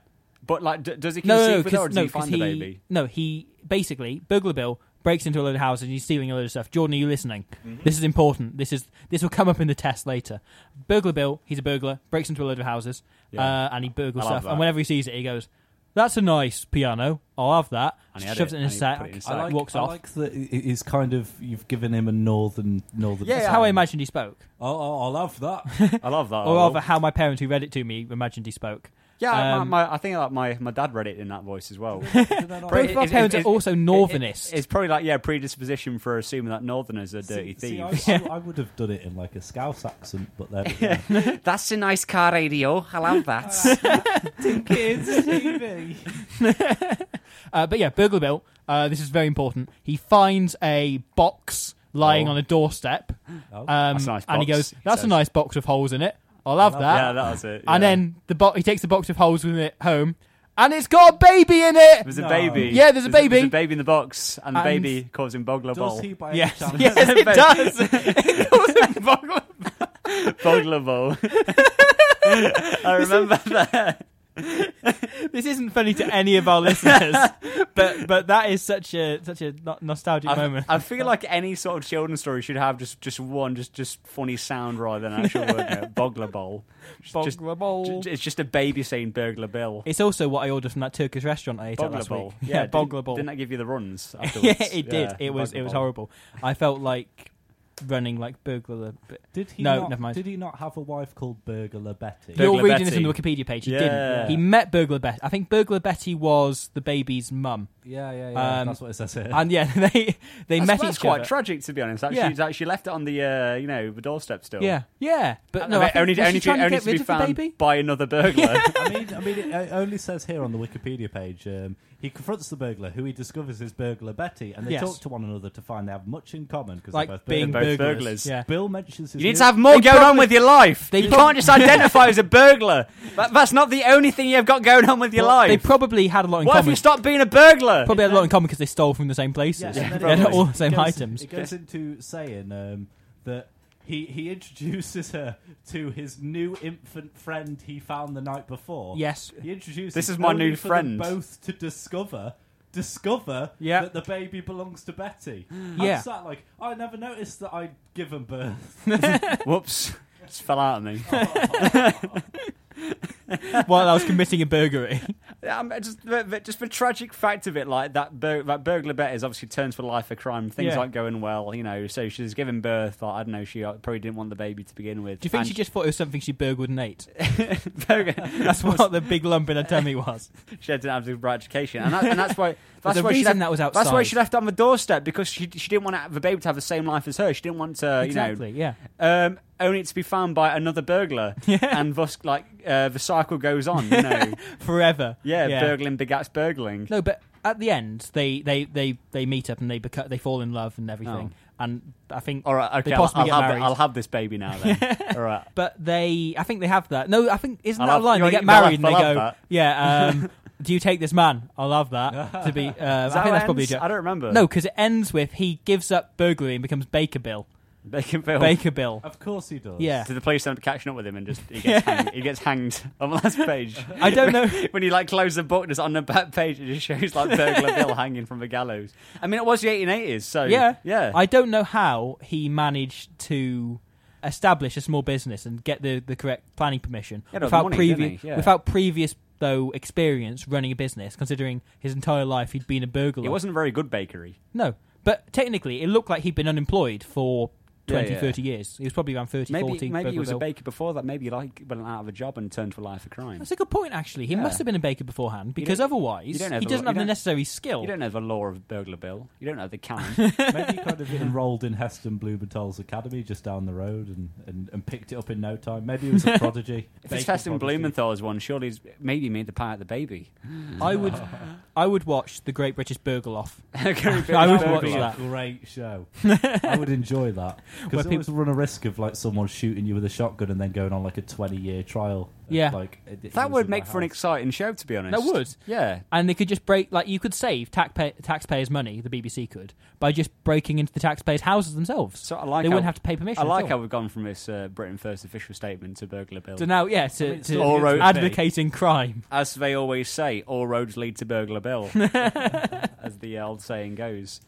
but like, d- does he
No,
conceive
no, no,
with her, or
'cause-
does
no,
he
'cause
find
he,
the baby?
no, he basically Burglar Bill breaks into a load of houses and he's stealing a load of stuff. Jordan, are you listening?
Mm-hmm.
This is important. This is this will come up in the test later. Burglar Bill, he's a burglar, breaks into a load of houses, uh, and he burgles
I love
stuff. And
that.
whenever he sees it, he goes, "That's a nice piano. I'll have that."
And he had
Shoves
it,
it in
and
his
he put
sack,
it in his
I
sack.
like,
walks
I
off.
like that it- it is kind of you've given him a northern northern.
Yeah,
That's
sound.
how I imagined he spoke,
Oh, oh, I love that.
I love that.
or
I love-
rather, how my parents who read it to me imagined he spoke.
yeah,
um,
my, my, I think like my, my dad read it in that voice as well.
Did I not-
Both of our
It's-
parents
it's-
are also
It-
Northernist.
it's probably like yeah, predisposition for assuming that Northerners are dirty
See,
thieves.
See, I, I, I would have done it in like a Scouse accent, but there we go.
That's a nice car radio. I love that.
kids TV.
Uh, but yeah, Burglar Bill. Uh, this is very important. He finds a box lying
Oh.
on a doorstep,
Oh.
um,
That's a nice
and he
box,
goes,
he
"That's a
says.
nice box of holes in it. I'll have that."
yeah, that was it.
And
yeah.
then the bo- he takes the box of holes with it home, and it's got a baby in it.
there's a
No.
baby.
Yeah, there's a baby.
there's a baby in the box, and the
And-
baby calls him Bogler
Does
Bowl.
he by
Yes,
any chance?
yes, it does. It calls him Boggle-
Bogler Bowl. I remember that.
this isn't funny to any of our listeners, but but that is such a such a no- nostalgic
I,
moment.
I feel like any sort of children's story should have just, just one just just funny sound rather than actual word. You know, Bogler bowl. Just- just-
Bogler bowl.
j- it's just a baby saying burglar bill.
It's also what I ordered from that Turkish restaurant I ate at
Bogler
last
bowl.
week. Yeah,
didn't-
Bogler bowl.
Didn't that give you the runs?
yeah,
Afterwards?
it did.
Yeah,
it was it was
Bogler Bowl.
horrible. I felt like running like burglar. But
Did he
No,
not,
never mind.
Did he not have a wife called Burglar Betty?
Burglar
You're reading this
Betty.
on the Wikipedia page. He
Yeah.
didn't. He met Burglar Betty. I think Burglar Betty was the baby's mum,
yeah, yeah, yeah.
Um,
that's what it says here.
and yeah, they they
That's,
met
that's
each
quite
other.
tragic, to be honest. Actually,
Yeah.
she's actually left it on the uh, you know the doorstep still.
yeah, yeah, but no, I think,
only
was she
only, to,
trying to
only
get
to be
rid of the
found
baby.
by another burglar.
I mean, I mean, it uh, only says here on the Wikipedia page. Um, he confronts the burglar, who he discovers is burglar Betty, and they
Yes.
talk to one another to find they have much in common because
Like
they're both
being
burglars.
both
burglars.
burglars.
Yeah.
Bill mentions his
You need to
new-
have more
They
going on
probably-
with your life.
they
you
prob-
can't just identify as a burglar. That, that's not the only thing you've got going on with your
They
life.
probably had a lot in
What if
common.
you stop being a burglar?
Probably had a lot in common because they stole from the same places.
Yes, and
they
then it
had all the
goes-
same
it goes-
items.
It goes into saying um, that he he introduces her to his new infant friend he found the night before.
Yes.
he introduces.
This is my
only
new
for
friend.
them Both to discover. Discover
Yeah.
that the baby belongs to Betty.
Yeah.
I'm sat like I never noticed that I'd given birth.
Whoops. Just fell out of me.
While I was committing a burglary,
Um, just, the, the- just the tragic fact of it, like that, bur- that burglar bet is obviously turns for life a crime. Things
Yeah.
aren't going well, you know. So she's giving birth. Like, I don't know. She uh, probably didn't want the baby to begin with.
do you think
And-
she just thought it was something she burgled and ate?
burglar-
That's what the big lump in her tummy was.
she didn't have the right education, and, that, and that's why that's
a
why she left,
reason that was
That's why
outside.
she left it on the doorstep because she she didn't want the baby to have the same life as her. She didn't want to, you know,
Exactly. Yeah.
um, only to be found by another burglar. And thus, like, uh, the cycle goes on, you know.
Forever.
yeah, burgling begats burgling.
No, but at the end, they they they they meet up and they beca- they fall in love and everything. And I think,
Oh. All right, okay,
they
I'll,
possibly
I'll
get
have,
married.
I'll have this baby now then. All right.
but they, I think they have that. No, I think isn't
I'll
that
have-
a line?
you're
They get
eating my
married and they
lap, I'll
go,
have
yeah. Um, do you take this man? I love that. To be, uh, I
Is
think
that how it
that's probably a
ends?
joke.
I don't remember.
No, because it ends with he gives up burglary and becomes Baker Bill.
Bacon Bill.
Baker Bill.
of course he does.
Yeah.
So the police end up catching up with him and just he gets, hanged, he gets hanged on the last page.
I don't know.
when you like close the book, just on the back page, it just shows like Burglar Bill hanging from the gallows. I mean, it was the 1880s, so
Yeah,
yeah.
I don't know how he managed to establish a small business and get the, the correct planning permission
He had all the
without
money, didn't
previous
he? Yeah.
without previous though experienced running a business, considering his entire life he'd been a burglar.
It wasn't a very good bakery.
No, but technically, it looked like he'd been unemployed for 20,
Yeah, yeah.
30 years. He was probably around 30,
Maybe
40.
maybe he was a
Burgerville.
baker before that. Maybe he like went out of a job and turned to a life of crime.
That's a good point, actually. He
Yeah.
must have been a baker beforehand because
don't-
otherwise
you don't know
he
the-
doesn't
you
have the
don't-
necessary skill.
You don't know the law of burglar bill. You don't know the canon.
Maybe you could have enrolled in Heston Blumenthal's academy just down the road and, and, and picked it up in no time. Maybe he was a prodigy.
if
Baker
it's Festin
prodigy.
Blumenthal's one, surely it's, maybe he made the pie at the baby.
I would, I would watch the Great British Burgle Off.
I
would
That
watch
would be a
that.
great show. I would enjoy that
Where
because always run a risk of like someone shooting you with a shotgun and then going on like a twenty-year trial. of,
Yeah.
like it- it
That
was
would
in
make
my
for an
house.
exciting show, to be honest.
That would.
Yeah.
And they could just break, like you could save taxpay- taxpayers' money. The BBC could by just breaking into the taxpayers' houses themselves.
So I like
they wouldn't
how-
have to pay permission.
I
at
like
all.
how we've gone from this uh, Britain First official statement to burglar bill.
So now, yeah, to,
it's
to
all road-
advocating crime.
As they always say, all roads lead to burglar bill, as the uh, old saying goes.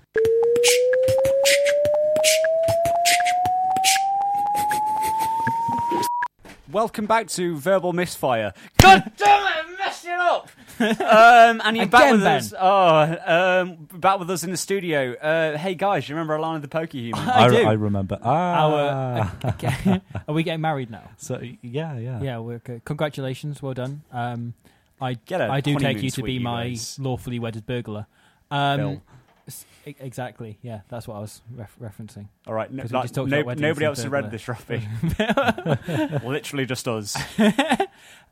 Welcome back to Verbal Misfire. God damn it, I'm messing up. Um, and you're back
Again,
with
Ben.
us. Oh, um, back with us in the studio. Uh, hey guys, you remember Alana the Pokehuman?
I do.
I remember. Ah,
Our, okay. Are we getting married now?
so yeah, yeah,
Yeah, we're c- congratulations, well done. Um, I
Get a
I do take
honeymoon
you to
suite,
be
you
my
guys.
lawfully wedded burglar. Um,
Bill.
s- e- exactly. Yeah, that's what I was ref- referencing.
All right, no,
'Cause we
like,
just talked
no-
about weddings
nobody
and
else has read
burglar.
this, Robbie. Literally just us.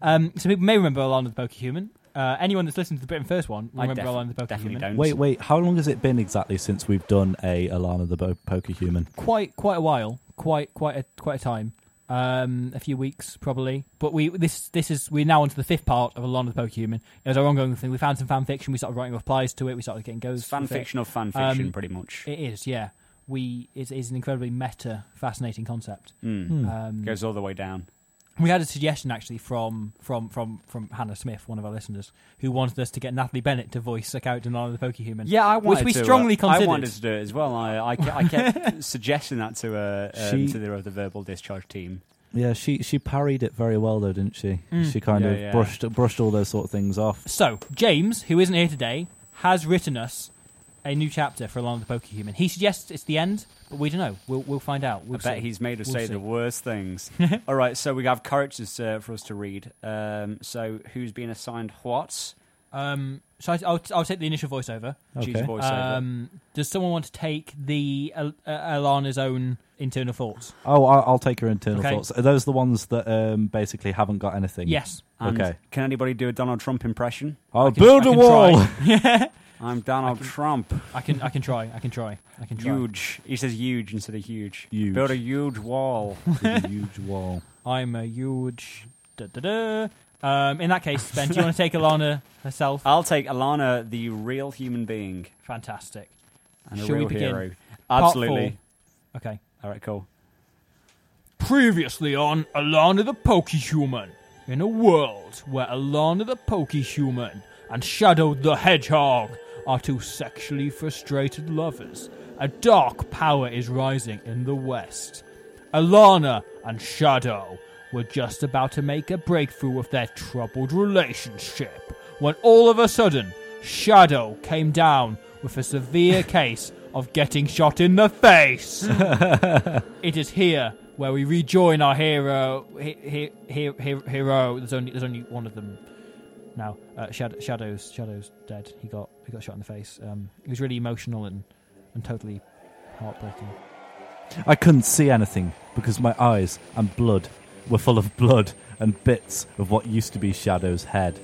Um, so people may remember Alana the Pokehuman. Uh, anyone that's listened to the Britain First one will
I
remember
def-
Alana the
definitely
Pokehuman.
don't.
Wait, wait. How long has it been exactly since we've done a Alana the Bo- Poker Human?
Quite quite a while. Quite quite a quite a time. Um, a few weeks probably. But we this this is we're now onto the fifth part of Alana the Pokehuman. It was our ongoing thing. We found some fan fiction. We started writing replies to it. We started getting goes.
It's fan
with it.
fiction of fan fiction,
Um,
pretty much.
It is, yeah. We it is an incredibly meta, fascinating concept. Um,
Hmm. Goes all the way down.
we had a suggestion actually from from from from Hannah Smith, one of our listeners, who wanted us to get Natalie Bennett to voice a character in Honor of the Pokehuman.
Yeah, I
which
wanted
we
to, uh,
strongly considered.
I wanted to do it as well. I, I, ke- I kept suggesting that to uh, um,
She-
to the other verbal discharge team.
Yeah, she she parried it very well though, didn't she? She kind
Yeah,
of
yeah.
brushed brushed all those sort of things off.
So James, who isn't here today, has written us a new chapter for Along the Pokehuman. He suggests it's the end, but we don't know. We'll we'll find out. We'll
I bet
see.
he's made us
We'll
say
see.
the worst things. all right, so we have characters uh, for us to read. Um, so who's been assigned what?
Um, so I, I'll I'll take the initial voiceover.
Choose
Okay.
voiceover.
Um, does someone want to take the Al- uh, Alana's own internal thoughts?
Oh, I'll, I'll take her internal
Okay.
thoughts. Are those the ones that um, basically haven't got anything?
Yes.
And
okay.
Can anybody do a Donald Trump impression?
I'll
can-
build
I
a
can
wall.
try. yeah,
I'm Donald Trump.
I can. I can try. I can try. I can try.
Huge. He says huge instead of huge.
Huge.
Build a huge wall.
a huge wall.
I'm a huge. Da, da, da. Um, in that case, Ben, do you want to take Alana herself?
I'll take Alana, the real human being
Fantastic.
and a
Shall we
real
begin?
hero.
Part
Absolutely.
four. Okay.
All right, cool.
Previously on Alana the Pokehuman, in a world where Alana the Pokehuman and Shadow the Hedgehog are two sexually frustrated lovers, a dark power is rising in the West. Alana and Shadow were just about to make a breakthrough of their troubled relationship when all of a sudden Shadow came down with a severe case of getting shot in the face. It is here where we rejoin our hero. He, he, he, he, hero. There's only there's only one of them now. Uh, Shadow, Shadows. Shadows dead. He got he got shot in the face. Um, it was really emotional and and totally heartbreaking.
I couldn't see anything because my eyes and blood were full of blood and bits of what used to be Shadow's head.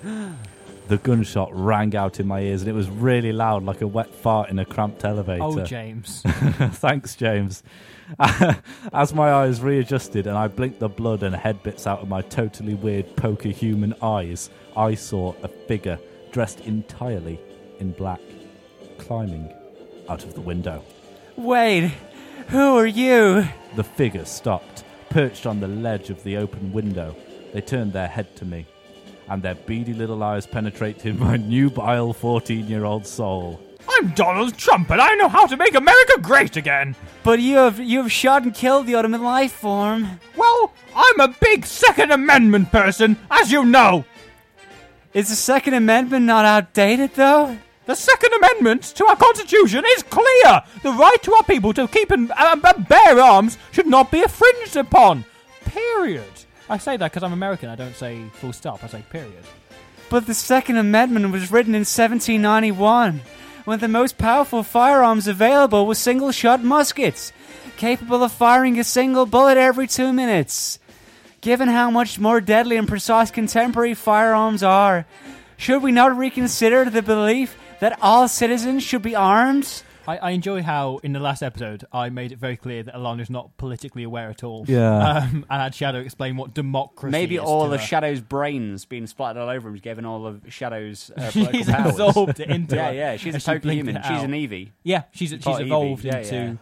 The gunshot rang out in my ears and it was really loud, like a wet fart in a cramped elevator.
Oh, James.
Thanks, James. As my eyes readjusted and I blinked the blood and head bits out of my totally weird poker human eyes, I saw a figure dressed entirely in black climbing out of the window.
Wade, who are you?
The figure stopped, perched on the ledge of the open window. They turned their head to me, and their beady little eyes penetrated my nubile 14 year old soul.
I'm Donald Trump, and I know how to make America great again.
But you have you have shot and killed the ultimate life form.
Well, I'm a big Second Amendment person, as you know.
Is the Second Amendment not outdated, though?
The Second Amendment to our Constitution is clear. The right to our people to keep and, and, and bear arms should not be infringed upon. Period. I say that because I'm American. I don't say full stop. I say period.
But the Second Amendment was written in 1791, when the most powerful firearms available were single shot muskets, capable of firing a single bullet every two minutes. Given how much more deadly and precise contemporary firearms are, should we not reconsider the belief that all citizens should be armed?
I, I enjoy how in the last episode I made it very clear that Alana is not politically aware at all.
Yeah.
Um, and had Shadow explain what democracy.
Maybe
is
all
to
of
her.
Shadow's brains being splattered all over him, given all of Shadow's uh, political
She's
powers.
absorbed it into.
Yeah,
it.
yeah, she's a
And she
total
blinked
human.
it
She's
out.
an Eevee.
e-, Yeah, she's she's
part Eevee.
evolved
Yeah,
into.
yeah.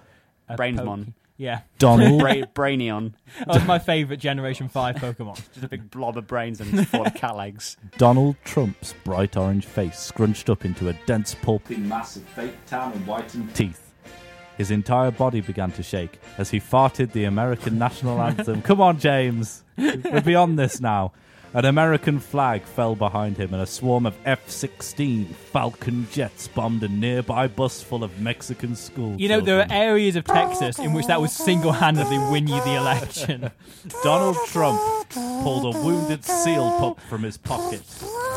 a
Brainsmon.
Poke- Yeah,
Donald.
Bra- Brainion.
that was my favourite Generation Five Pokemon.
Just a big blob of brains and four cat legs.
Donald Trump's bright orange face scrunched up into a dense pulp
The massive fake tan and white and
teeth. His entire body began to shake as he farted the American national anthem. Come on, James. We're beyond this now. An American flag fell behind him, and a swarm of F 16 Falcon jets bombed a nearby bus full of Mexican school.
You know, there are
children.
areas of Texas in which that would single handedly win you the election.
Donald Trump pulled a wounded seal pup from his pocket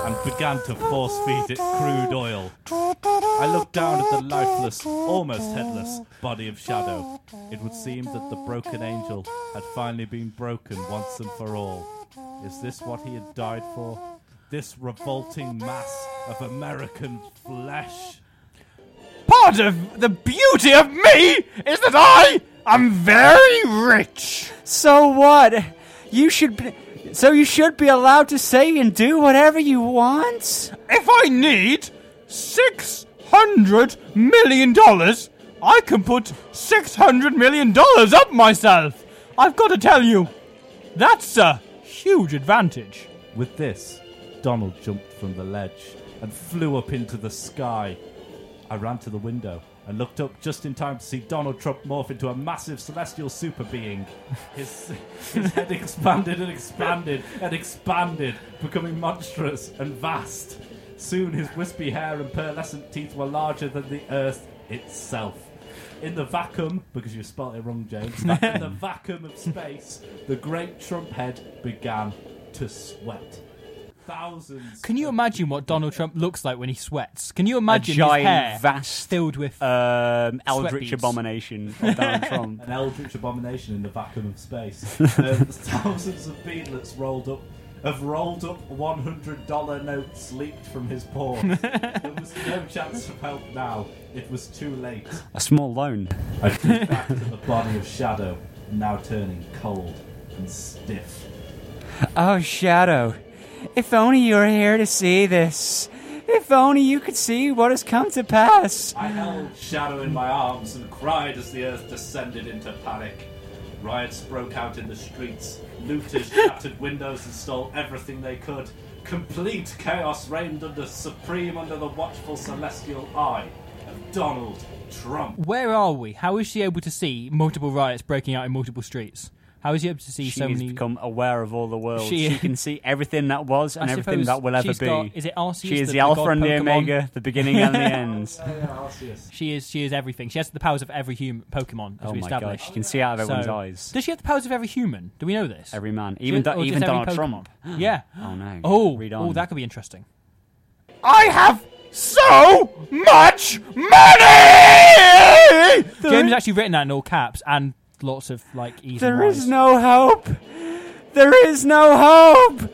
and began to force feed it crude oil. I looked down at the lifeless, almost headless body of Shadow. It would seem that the broken angel had finally been broken once and for all. Is this what he had died for? This revolting mass of American flesh.
Part of the beauty of me is that I am very rich.
So what? You should be. So you should be allowed to say and do whatever you want?
If I need six hundred million dollars, I can put six hundred million dollars up myself. I've got to tell you, that's a huge advantage.
With this, Donald jumped from the ledge and flew up into the sky. I ran to the window and looked up just in time to see Donald Trump morph into a massive celestial super being.
His, his head expanded and expanded and expanded, becoming monstrous and vast. Soon his wispy hair and pearlescent teeth were larger than the earth itself. In the vacuum, because you spelled it wrong, James, in the vacuum of space, the great Trump head began to sweat. Thousands.
Can you
of-
imagine what Donald Trump looks like when he sweats? Can you imagine
a giant,
his hair
vast,
filled with?
um,
beads.
eldritch abomination of Donald Trump.
an eldritch abomination in the vacuum of space. Um, thousands of beadlets rolled up, have rolled up one hundred dollar notes leaked from his paw. there was no chance of help now. It was too late.
A small loan.
I flew back to the body of Shadow, now turning cold and stiff.
Oh, Shadow. If only you were here to see this. If only you could see what has come to pass.
I held Shadow in my arms and cried as the earth descended into panic. Riots broke out in the streets. Looters shattered windows and stole everything they could. Complete chaos reigned under supreme under the watchful celestial eye of Donald Trump.
Where are we? How is she able to see multiple riots breaking out in multiple streets? How is she able to see
She's
so many?
become aware of all the world.
She-
She, can see everything that was and
I
everything
suppose
that will ever
she's
be.
got- is it Arceus,
She is
the-
the,
the
Alpha
god
and the
Pokemon?
Omega, the beginning and the end.
Yeah, yeah, Arceus.
She is. She is everything. She has the powers of every human Pokemon, as
Oh
we
my
established.
gosh, you can see out of everyone's
So-
eyes.
Does she have the powers of every human? Do we know this?
Every man, even,
She-
Do-
or
even
just every
Donald
Pokemon?
Trump.
yeah.
Oh no.
Oh,
Read on.
oh, that could be interesting. I have so much money. James has actually written that in all caps and lots of like. Even
There
words.
is no hope. There is no hope.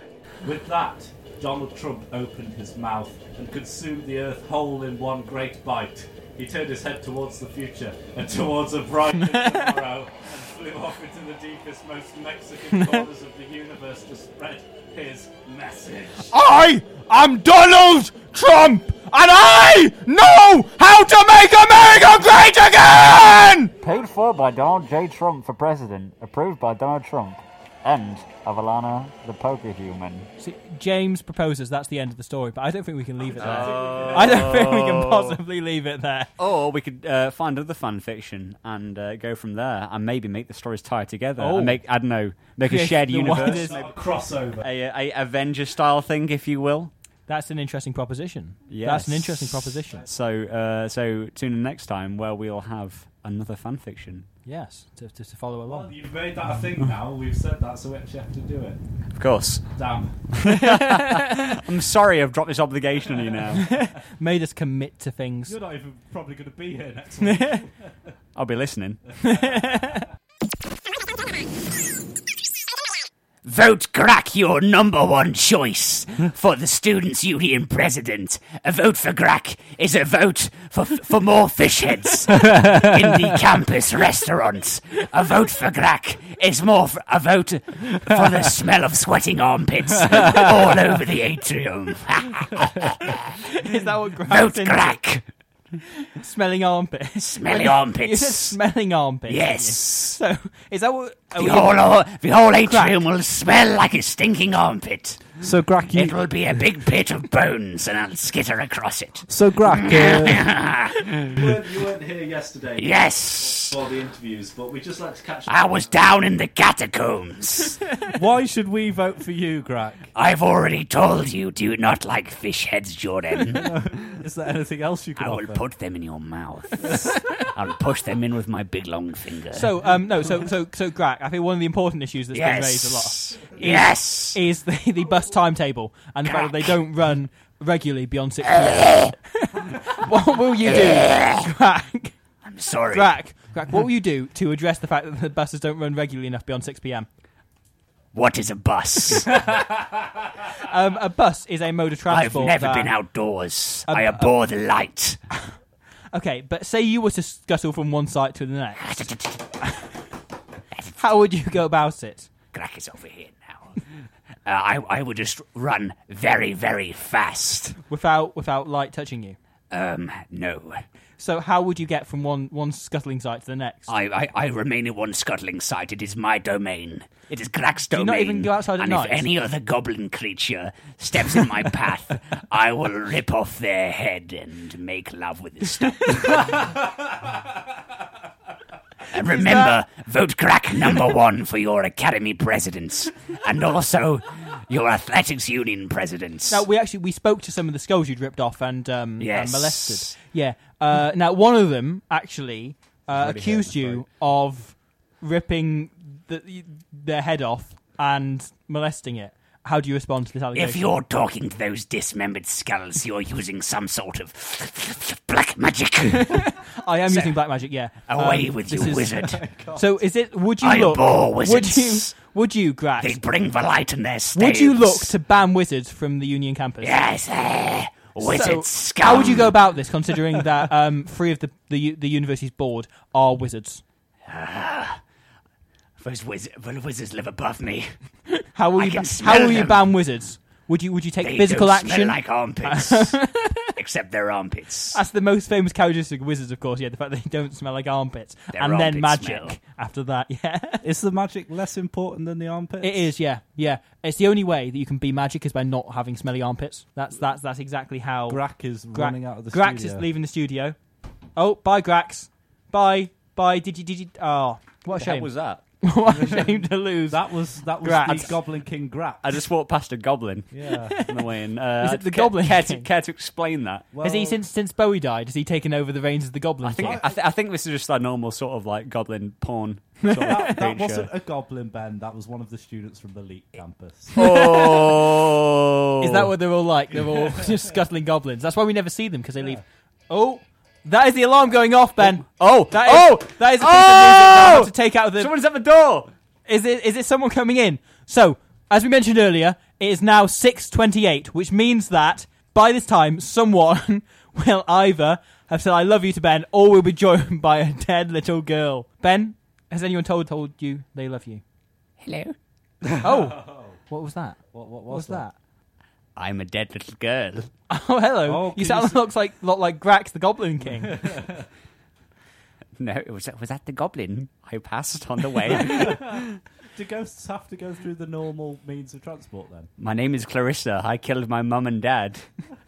With that, Donald Trump opened his mouth and consumed the earth whole in one great bite. He turned his head towards the future and towards a bright tomorrow and flew off into the deepest, most Mexican corners of the universe to spread his message.
I am Donald Trump, and I know how to make America great again.
Paid for by Donald J. Trump for president. Approved by Donald Trump. End of Alana the Poker Human.
See, James proposes. That's the end of the story, but I don't think we can leave it there.
Oh.
I don't think we can possibly leave it there.
Or we could uh, find other fan fiction and uh, go from there, and maybe make the stories tie together.
Oh.
And make I don't know, make
Create
Oh,
a shared
the
universe,
widest-
Not a crossover.
a, a Avenger style thing, if you will.
That's an interesting proposition.
Yes.
That's an interesting proposition.
So, uh, so tune in next time where we'll have another fan fiction.
Yes, to, to, to follow
Well,
along.
you've made that a thing now. We've said that, so we actually have to do it.
Of course.
Damn.
I'm sorry, I've dropped this obligation on you now.
Made us commit to things.
You're not even probably going to be here next week.
I'll be listening.
Vote Grack your number one choice for the Students' Union president. A vote for Grack is a vote for, for more fish heads in the campus restaurants. A vote for Grack is more f- a vote for the smell of sweating armpits all over the atrium.
Is that what
vote Grack.
Smelling armpits.
Smelly
It says
armpits.
smelling armpits. didn't
Yes.
you? So is that what? oh,
The
are we-
whole, the whole atrium will smell like a stinking armpit.
So, Grack,
It will be a big pit of bones, and I'll skitter across it.
so Grack,
you, weren't, you weren't here yesterday
Yes,
for the interviews, but we just like to catch
I was down in the catacombs.
why should we vote for you, Grack?
I've already told you, do not like fish heads, Jordan.
Is there anything else you can
I will
offer?
put them in your mouth. I'll push them in with my big long finger.
So um no so so so Grack, I think one of the important issues that's been raised a lot
yes, yes.
is the, the bus timetable and the fact that they don't run regularly beyond six.
Eh.
what will you do, Grack?
I'm sorry.
Grack, Grack, what will you do to address the fact that the buses don't run regularly enough beyond six p.m.?
What is a bus?
Um, a bus is a mode of
I've
transport.
never
that-
been outdoors. I abhor the light.
Okay, but say you were to scuttle from one site to the next, how would you go about it?
Crack is over here now. Uh, I, I would just run very, very fast.
without without light touching you.
Um, no.
So how would you get from one one scuttling site to the next?
I, I, I remain in one scuttling site. It is my domain. It is Crack's
you
domain.
not even go outside at
and
night?
if any other goblin creature steps in my path, I will rip off their head and make love with its stump. and remember, vote Crack number one for your academy presidents, and also your athletics union presidents.
Now we actually we spoke to some of the skulls you'd ripped off and um
Yes.
and molested. Yeah. Uh, now one of them actually uh, accused you of ripping the, their head off and molesting it. How do you respond to this allegation?
If you're talking to those dismembered skulls, you're using some sort of black magic.
I am using black magic. Yeah.
Away
Um,
with
this
you,
is-
wizard.
So is it? Would you
I
look?
abhor
would you?
wizards.
Would you, Grax?
They bring the light in their
Would
staves.
you look to ban wizards from the Union campus?
Yes, eh,
So,
wizard scum.
How would you go about this, considering that um, three of the, the u- the university's board are wizards?
Those wiz- well, wizards live above me.
How will
I
you
can
ba-
smell
how will you
them.
ban wizards? Would you would you take
They
physical
don't smell
action?
like armpits, except their armpits.
That's the most famous characteristic of wizards, of course. Yeah, the fact that they don't smell like armpits,
Their
and then
armpits
magic
smell.
after that. Yeah,
Is the magic less important than the armpit?
it is. Yeah, yeah. It's the only way that you can be magic is by not having smelly armpits. That's that's that's exactly how
Grack is
Gra-
running out of the
Grax
studio.
is leaving the studio. Oh, bye, Grax. Bye, bye. Did you did you? Oh, what a shame.
that?
what a shame to lose.
That was that was
Grax.
the Goblin King Grack.
I just walked past a goblin
yeah.
on the way in. Uh,
Is it the
care-
goblin
Care to,
thing?
care to explain that?
Well,
Has he since since Bowie died? Has he taken over the reins of the goblin?
I think
thing?
I, th- I think this is just a normal sort of like goblin porn sort of
that
creature.
wasn't a goblin, Ben. That was one of the students from the Elite Campus.
Oh,
is that what they're all like? They're all just scuttling goblins. That's why we never see them because they leave. Oh, that is the alarm going off, Ben.
Oh,
That is,
oh,
that is a piece of music that I
oh!
have to take out of the.
Someone's at the door.
Is it is it someone coming in? So, as we mentioned earlier, it is now six twenty-eight, which means that by this time, someone will either have said "I love you" to Ben, or will be joined by a dead little girl. Ben, has anyone told told you they love you?
Hello,
Oh, what was that?
What, what
What was that?
I'm a dead little girl.
Oh, hello.
Oh,
you
can
sound
you see-
looks like lot like Grax the Goblin King.
No, it was was that the goblin I passed on the way?
Do ghosts have to go through the normal means of transport then?
my name is Clarissa. I killed my mum and dad,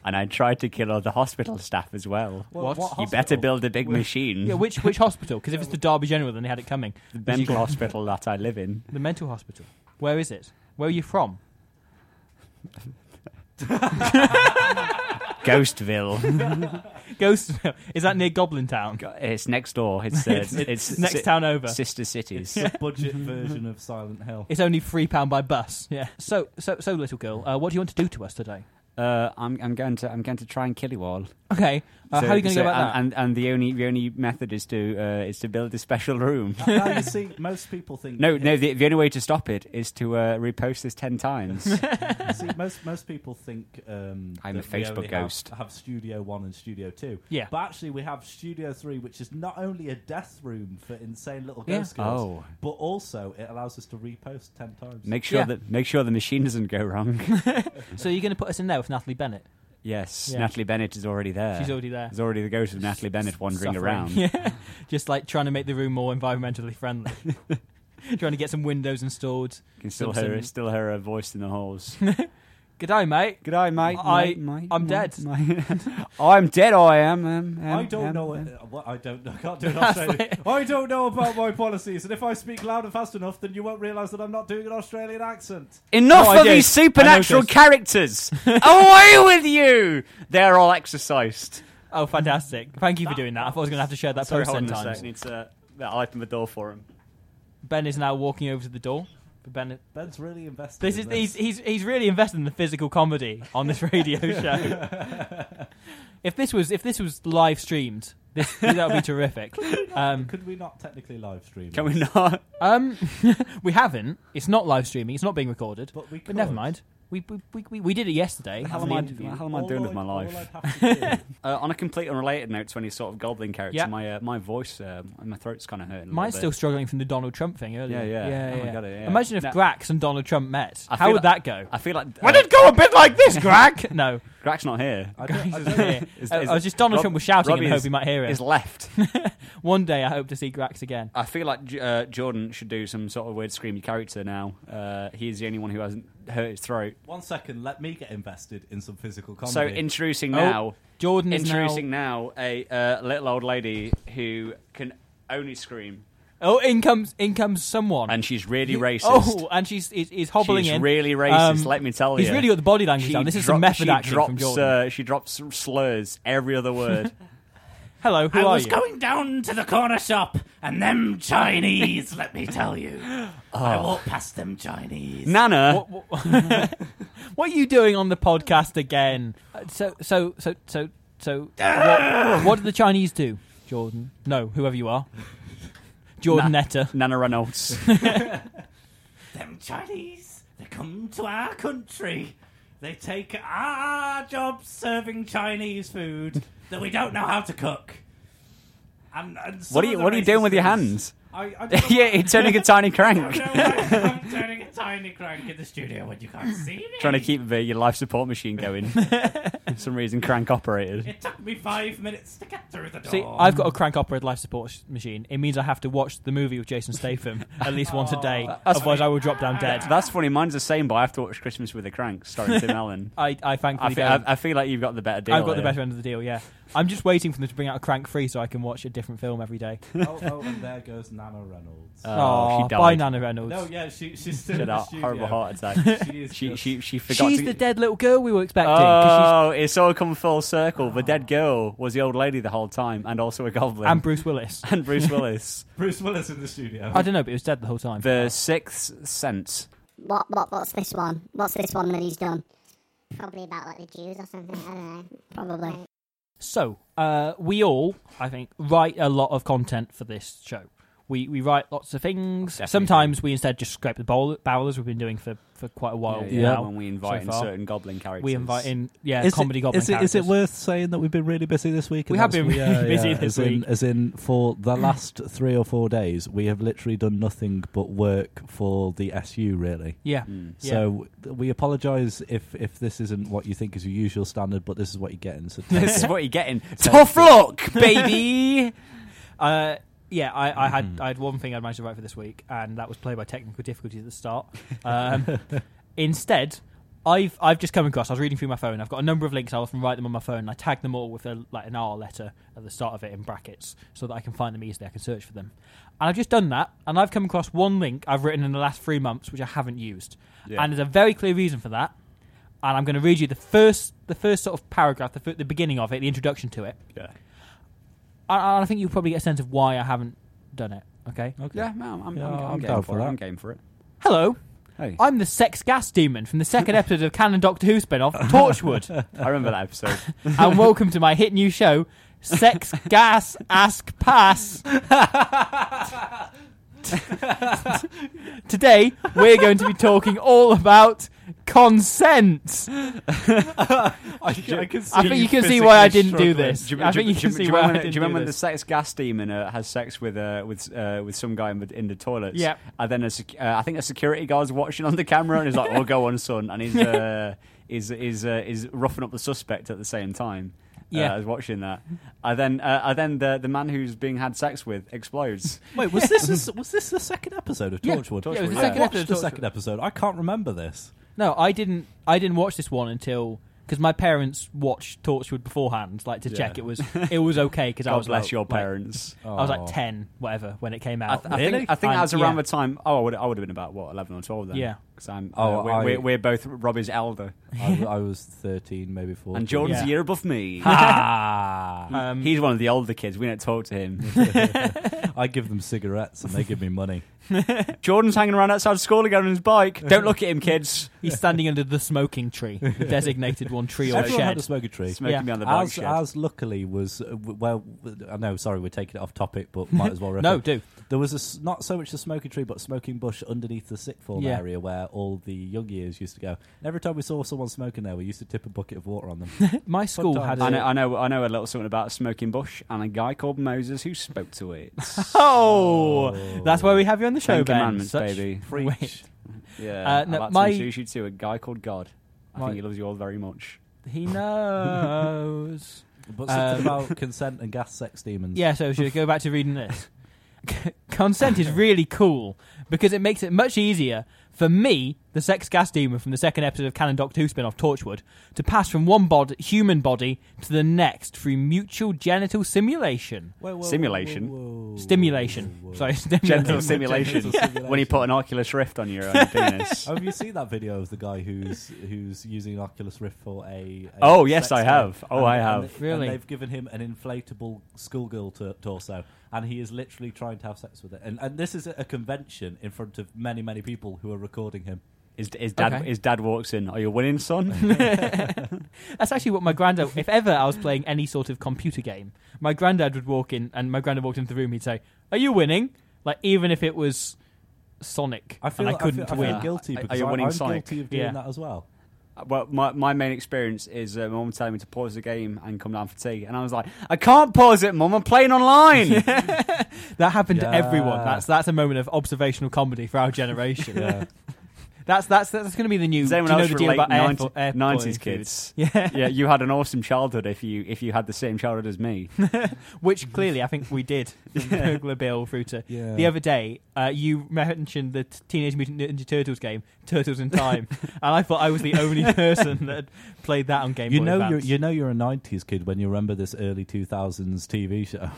and I tried to kill all the hospital staff as well.
What?
You better
hospital?
build a big machine.
yeah, which which hospital? Because if it's the Derby General, then they had it coming.
the mental hospital that I live in.
The mental hospital. Where is it? Where are you from?
Ghostville.
Ghost. Is that near Goblin Town?
it's next door. It's, uh, it's,
next
si-
town over.
Sister cities.
Budget version of Silent Hill.
It's only three pound by bus. Yeah. So, so, so, little girl, uh, what do you want to do to us today?
Uh, I'm, I'm going to I'm going to try and kill you all.
Okay. Uh, how are you going to
so-
go about that?
and, And, and the only the only method is to uh, is to build a special room.
now you see, most people think
no, no. The, the only way to stop it is to uh, repost this ten times.
See, most most people think um,
I'm
that
a
we
Facebook
only have-
ghost.
Have, Studio One and Studio Two.
Yeah.
but actually we have Studio Three, which is not only a death room for insane little
Yeah.
ghost
Oh.
girls, but also it allows us to repost ten times.
make sure
Yeah.
that make sure the machine doesn't go wrong.
so you're going to put us in there with Natalie Bennett?
yes,
Yeah.
Natalie Bennett is already there.
She's already there.
There's already the ghost of Natalie Bennett wandering
Suffering.
around.
Yeah. Just like trying to make the room more environmentally friendly. trying to get some windows installed.
You can still
Some-
hear
some-
still hear her uh, voice in the halls.
Good day, mate.
Good day, mate.
I-
mate, mate,
I'm
mate,
dead.
mate. I'm dead. I am. Um, um,
I don't
um,
know it. What I don't. I can't do an Australian. I don't know about my policies, and if I speak loud and fast enough, then you won't realise that I'm not doing an Australian accent.
Enough
No, I
of
do.
these supernatural
I noticed.
characters! Away with you! They're all exercised.
Oh, fantastic. Thank you for doing that. I thought I was going to have to share that
Sorry,
post
hold on a
10
sec.
times.
I need to I'll open the door for him.
Ben is now walking over to the door. But Ben,
Ben's really invested.
this
in
is he's, he's he's really invested in the physical comedy on this radio show. if this was if this was live streamed, this that would be terrific. Um,
Could we not technically live stream?
Can
it?
we not?
um, we haven't. It's not live streaming. It's not being recorded.
But we.
But never
could.
mind. We we, we, we- we did it yesterday.
How
for
am
the
I,
interview.
how am I
All
doing with
I'd-
my
all
life?
I'd have to do
Uh, on a complete unrelated note to any sort of goblin character,
Yeah.
my uh, my voice uh, and my throat's kind of hurting. a little
Mine's
bit.
still struggling from the Donald Trump thing earlier.
Yeah, yeah.
yeah,
Oh my
yeah.
God, yeah.
Imagine if
Now-
Grax and Donald Trump met.
I
How
feel
would
like-
that go?
I feel like.
Why did it go a bit like this, Greg?
no,
Greg's not here.
Grax isn't here.
Is-
I-
is-
I was just Donald
Rob-
Trump was shouting
Robbie
and hope
is-
he might hear it.
Is left.
One day I hope to see Grax again.
I feel like J- uh, Jordan should do some sort of weird screamy character now. Uh, he's the only one who hasn't hurt his throat.
One second, let me get invested in some physical comedy.
So introducing now,
Oh, Jordan is
introducing
now.
now a uh, little old lady who can only scream,
Oh, in comes in comes someone.
and she's really
You-
racist.
Oh, and she's is, is hobbling
she's
in.
really racist.
Um,
let me tell
he's
you,
really got the body language
She
down. This is
dro-
some method
she
acting
drops,
from Jordan.
Uh, she drops slurs every other word.
Hello, who
I
are
was
you?
going down to the corner shop, and them Chinese, let me tell you. I walked past them Chinese.
Nana,
what, what- what are you doing on the podcast again? Uh, So, so, so, so, so. what, what do the Chinese do, Jordan? No, whoever you are, Jordan
Na-
Netter.
Nana Reynolds.
Them Chinese, they come to our country. They take our job serving Chinese food that we don't know how to cook. And, and some
what are
of
you
the
What are you doing with your
racist
hands?
things- I, I don't
yeah, it's turning a tiny crank.
know why I'm turning a tiny crank in the studio when you can't see me.
Trying to keep the, your life support machine going. For some reason, crank operated.
It took me five minutes to get through the door.
See, I've got a crank operated life support sh- machine. It means I have to watch the movie with Jason Statham at least once a day. Otherwise, I will drop down dead.
That's funny. Mine's the same, but I have to watch Christmas with the Cranks starring Tim Allen.
I, I
I
thankfully
feel,
don't.
I, I feel like you've got the better deal.
I've got the
here.
better end of the deal, yeah. I'm just waiting for them to bring out a crank free so I can watch a different film every day.
oh, oh, and there goes Nana Reynolds.
Oh,
Aw,
she
bye,
died.
Nana Reynolds.
no, yeah, she, she's still
She had
in the
a
studio.
horrible heart attack.
She is
she,
just-
she, she forgot
She's
to...
the dead little girl we were expecting. 'cause
Oh, it's all come full circle. The dead girl was the old lady the whole time, and also a goblin.
she's, and Bruce Willis.
And Bruce Willis.
Bruce Willis in the studio.
I don't know, but it was dead the whole time.
the Sixth Sense.
What, what, what's this one? What's this one that he's done? Probably about like the Jews or something. I don't know. Probably.
So, uh, we all, I think, write a lot of content for this show. We, we write lots of things.
Definitely.
Sometimes we instead just scrape the bowl, barrel as we've been doing for, for quite a while now.
When we invite
so
in
far.
certain goblin characters.
We invite in, yeah, comedy goblin
is, it, is it
characters.
worth saying that we've been really busy this week?
We
And
have
that's-
been really busy this
as In,
week.
as in, for the last three or four days, we have literally done nothing but work for the SU, really.
Yeah. yeah.
Hmm. So th- we apologise if, if this isn't what you think is your usual standard, but this is what you're getting. So take
This is
it.
what you're getting. Tough luck, baby!
Uh, yeah, I, I had I had one thing I'd managed to write for this week, and that was played by technical difficulties at the start. Um, instead, I've I've just come across. I was reading through my phone. I've got a number of links. I often write them on my phone. and I tag them all with a, like an R letter at the start of it in brackets, so that I can find them easily. I can search for them. And I've just done that, and I've come across one link I've written in the last three months, which I haven't used, and there's a very clear reason for that. and I'm going to read you the first the first sort of paragraph, the, fir- the beginning of it, the introduction to it.
Yeah.
And, and I think you'll probably get a sense of why I haven't done it. Okay. Okay.
Yeah, no, I'm,
Yeah,
I'm, I'm,
I'm
game
down
for
for
it.
that.
I'm game for it.
Hello.
Hey.
I'm the sex gas demon from the second episode of Canon Doctor Who spin-off Torchwood,
I remember that episode.
and welcome to my hit new show, Sex Gas Ask Pass. Today we're going to be talking all about consent.
I, can- I can see
I think you can see
physically
why I didn't do
struggling.
this.
Do you,
I
do
think
you- do
you
you-
can
do
see
you
why I
remember, when-
didn't
do you remember
do
when the
this.
sex gas demon uh, has sex with uh, with uh, with some guy in the, in the toilets?
Yep.
And then a sec- uh, I think a security guard's watching on the camera and he's like, "Oh, go on, son," and he's uh, is is uh, is roughing up the suspect at the same time.
Yeah.
uh, I was watching that. And then uh, and then the the man who's being had sex with explodes.
Wait, was this a, was this the second episode of
Yeah.
Torchwood?
Yeah, it was the
I
second
watched
episode
the
of
second episode. I can't remember this.
No, I didn't. I didn't watch this one until because my parents watched Torchwood beforehand, like to
Yeah.
check it was it was okay. Because I
God
was
bless
like-
your
like-
parents.
I was
Oh.
like ten, whatever, when it came
I,
out.
th- I think I think
And-
that was around
yeah.
the time. Oh, I would I would have been about what eleven or twelve then.
Yeah.
because I'm.
Oh,
uh, we're,
I-
we're, we're both Robbie's elder,
I, was- I was thirteen, maybe fourteen.
and Jordan's
Yeah.
a year above me.
ah,
Um,
He's one of the older kids. We don't talk to him.
I give them cigarettes and they give me money.
Jordan's hanging around outside school again on his bike. Don't look at him, kids.
he's standing under the smoking tree, the designated one tree or
Everyone had
shed.
a smoking tree.
Smoking
Yeah.
behind the bike
As,
shed.
as luckily was uh, w- well, w- I know. Sorry, we're taking it off topic, but might as well. reference.
No, do
There was a s not so much a smoking tree, but a smoking bush underneath the sick form
Yeah.
area where all the young years used to go. And every time we saw someone smoking there, we used to tip a bucket of water on them.
my school
Sometimes.
had
I know,
a
I know, I know a little something about a smoking bush and a guy called Moses who spoke to it.
Oh, that's why we have you on the show,
Ten
Ben.
commandments,
Such
baby.
wit.
Yeah,
Uh, no,
I'd like to
my-
introduce you to a guy called God. I
My-
think he loves you all very much.
He knows.
But something
Um,
about consent and gas sex demons.
Yeah, so should we go back to reading this? C- Consent is really cool because it makes it much easier for me, the sex gas demon from the second episode of Canon Doctor Who spin-off Torchwood, to pass from one bod- human body to the next through mutual genital simulation.
Whoa, whoa,
Simulation.
whoa, whoa.
Stimulation.
Whoa, whoa.
Sorry, stimulation.
Gentle simulation.
simulation.
when you put an Oculus Rift on your own penis.
Oh, Have you seen that video of the guy who's who's using an Oculus Rift for a? a
Oh, yes,
sex
I
toy?
have. Oh, I have.
and-
Really?
And they've given him an inflatable schoolgirl t- torso, and he is literally trying to have sex with it. And and this is at a convention in front of many many people who are recording him.
His, his dad,
Okay.
his dad walks in. Are you winning, son?
That's actually what my granddad. If ever I was playing any sort of computer game, my granddad would walk in, and my granddad walked into the room. He'd say, "Are you winning?" Like even if it was Sonic,
I feel
and I couldn't
I feel,
win.
I feel guilty
Are- are
because
you
I,
winning
am
Sonic?
guilty of doing
Yeah.
that as well.
well, my, my main experience is uh, my mum telling me to pause the game and come down for tea, and I was like, I can't pause it, mum. I'm playing online.
That happened to everyone.
Yeah.
That's that's a moment of observational comedy for our generation.
Yeah.
That's that's that's going to be the new.
Does anyone
do you know
else
the deal
relate
about air
nineties
po- air poisoning
kids?
foods? Yeah,
yeah, you had an awesome childhood if you if you had the same childhood as me.
which clearly I think we did. From Burglar Bill through to
Yeah.
the other day, uh, you mentioned the t- Teenage Mutant Ninja Turtles game, Turtles in Time, and I thought I was the only person that had played that on Game
You
Boy
know, you're,
Advance.
you know, you're a '90s kid when you remember this early 2000s TV show.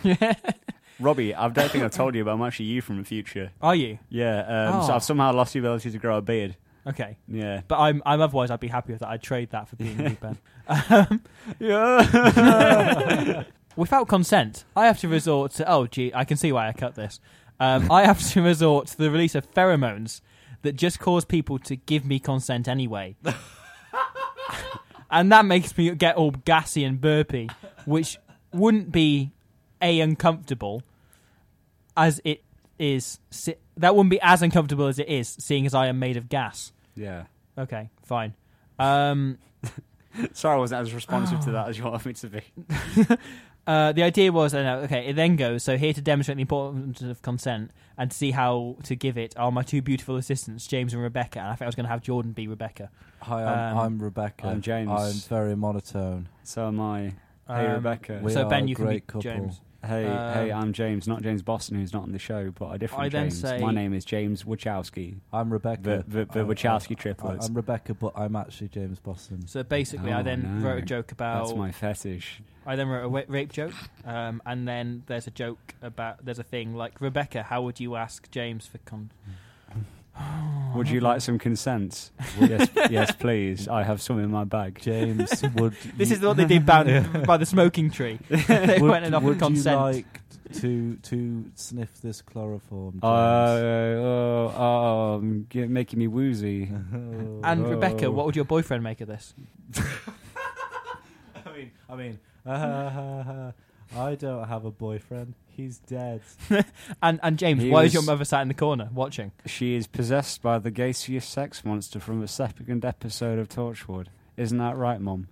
Robbie, I don't think I've told you, but I'm actually you from the future.
Are you
Yeah, um, so
Oh.
I've somehow lost the ability to grow a beard.
okay?
Yeah,
But I'm I'm otherwise I'd be happy with that. I'd trade that for being you, Ben. Um,
yeah.
without consent, I have to resort to. Oh, gee, I can see why I cut this. Um, I have to resort to the release of pheromones that just cause people to give me consent anyway. and that makes me get all gassy and burpy, which wouldn't be a uncomfortable as it is. si- That wouldn't be as uncomfortable as it is, seeing as I am made of gas.
yeah.
Okay, fine. Um,
Sorry, I wasn't as responsive
Oh.
to that as you wanted me to be.
Uh, the idea was, I know, okay, it then goes, so here to demonstrate the importance of consent and to see how to give it are my two beautiful assistants, James and Rebecca. And I think I was going to have Jordan be Rebecca.
Hi, I'm,
Um,
I'm Rebecca.
I'm James.
I'm very monotone.
So am I. Hey,
Um,
Rebecca.
we
so,
are
Ben,
a
you can
great
be
couple.
James.
Hey,
um,
hey, I'm James, not James Boston, who's not on the show, but a different
I then
James.
say- Uh,
My name is James Wachowski.
I'm
The-
Rebecca.
the- the
I'm-
Wachowski
I'm-
triplets.
I'm Rebecca, but I'm actually James Boston.
So basically, I
Oh,
then
no.
wrote a joke
That's
about.
my fetish.
I then wrote a wa- rape joke, um, and then there's a joke about. There's a thing like Rebecca, how would you ask James for con?
Would you like some consents? yes, yes, please. I have some in my bag.
James, would
This is what they did by, by the smoking tree. they went and offered
would
consent.
you like to to sniff this chloroform? James?
Uh, oh, oh, um, get- making me woozy.
and
Oh.
Rebecca, what would your boyfriend make of this?
I mean, I mean, uh, I don't have a boyfriend. He's dead.
and and James,
He
why is your
was-
mother sat in the corner watching?
She is possessed by the gaseous sex monster from the second episode of Torchwood. Isn't that right, Mum?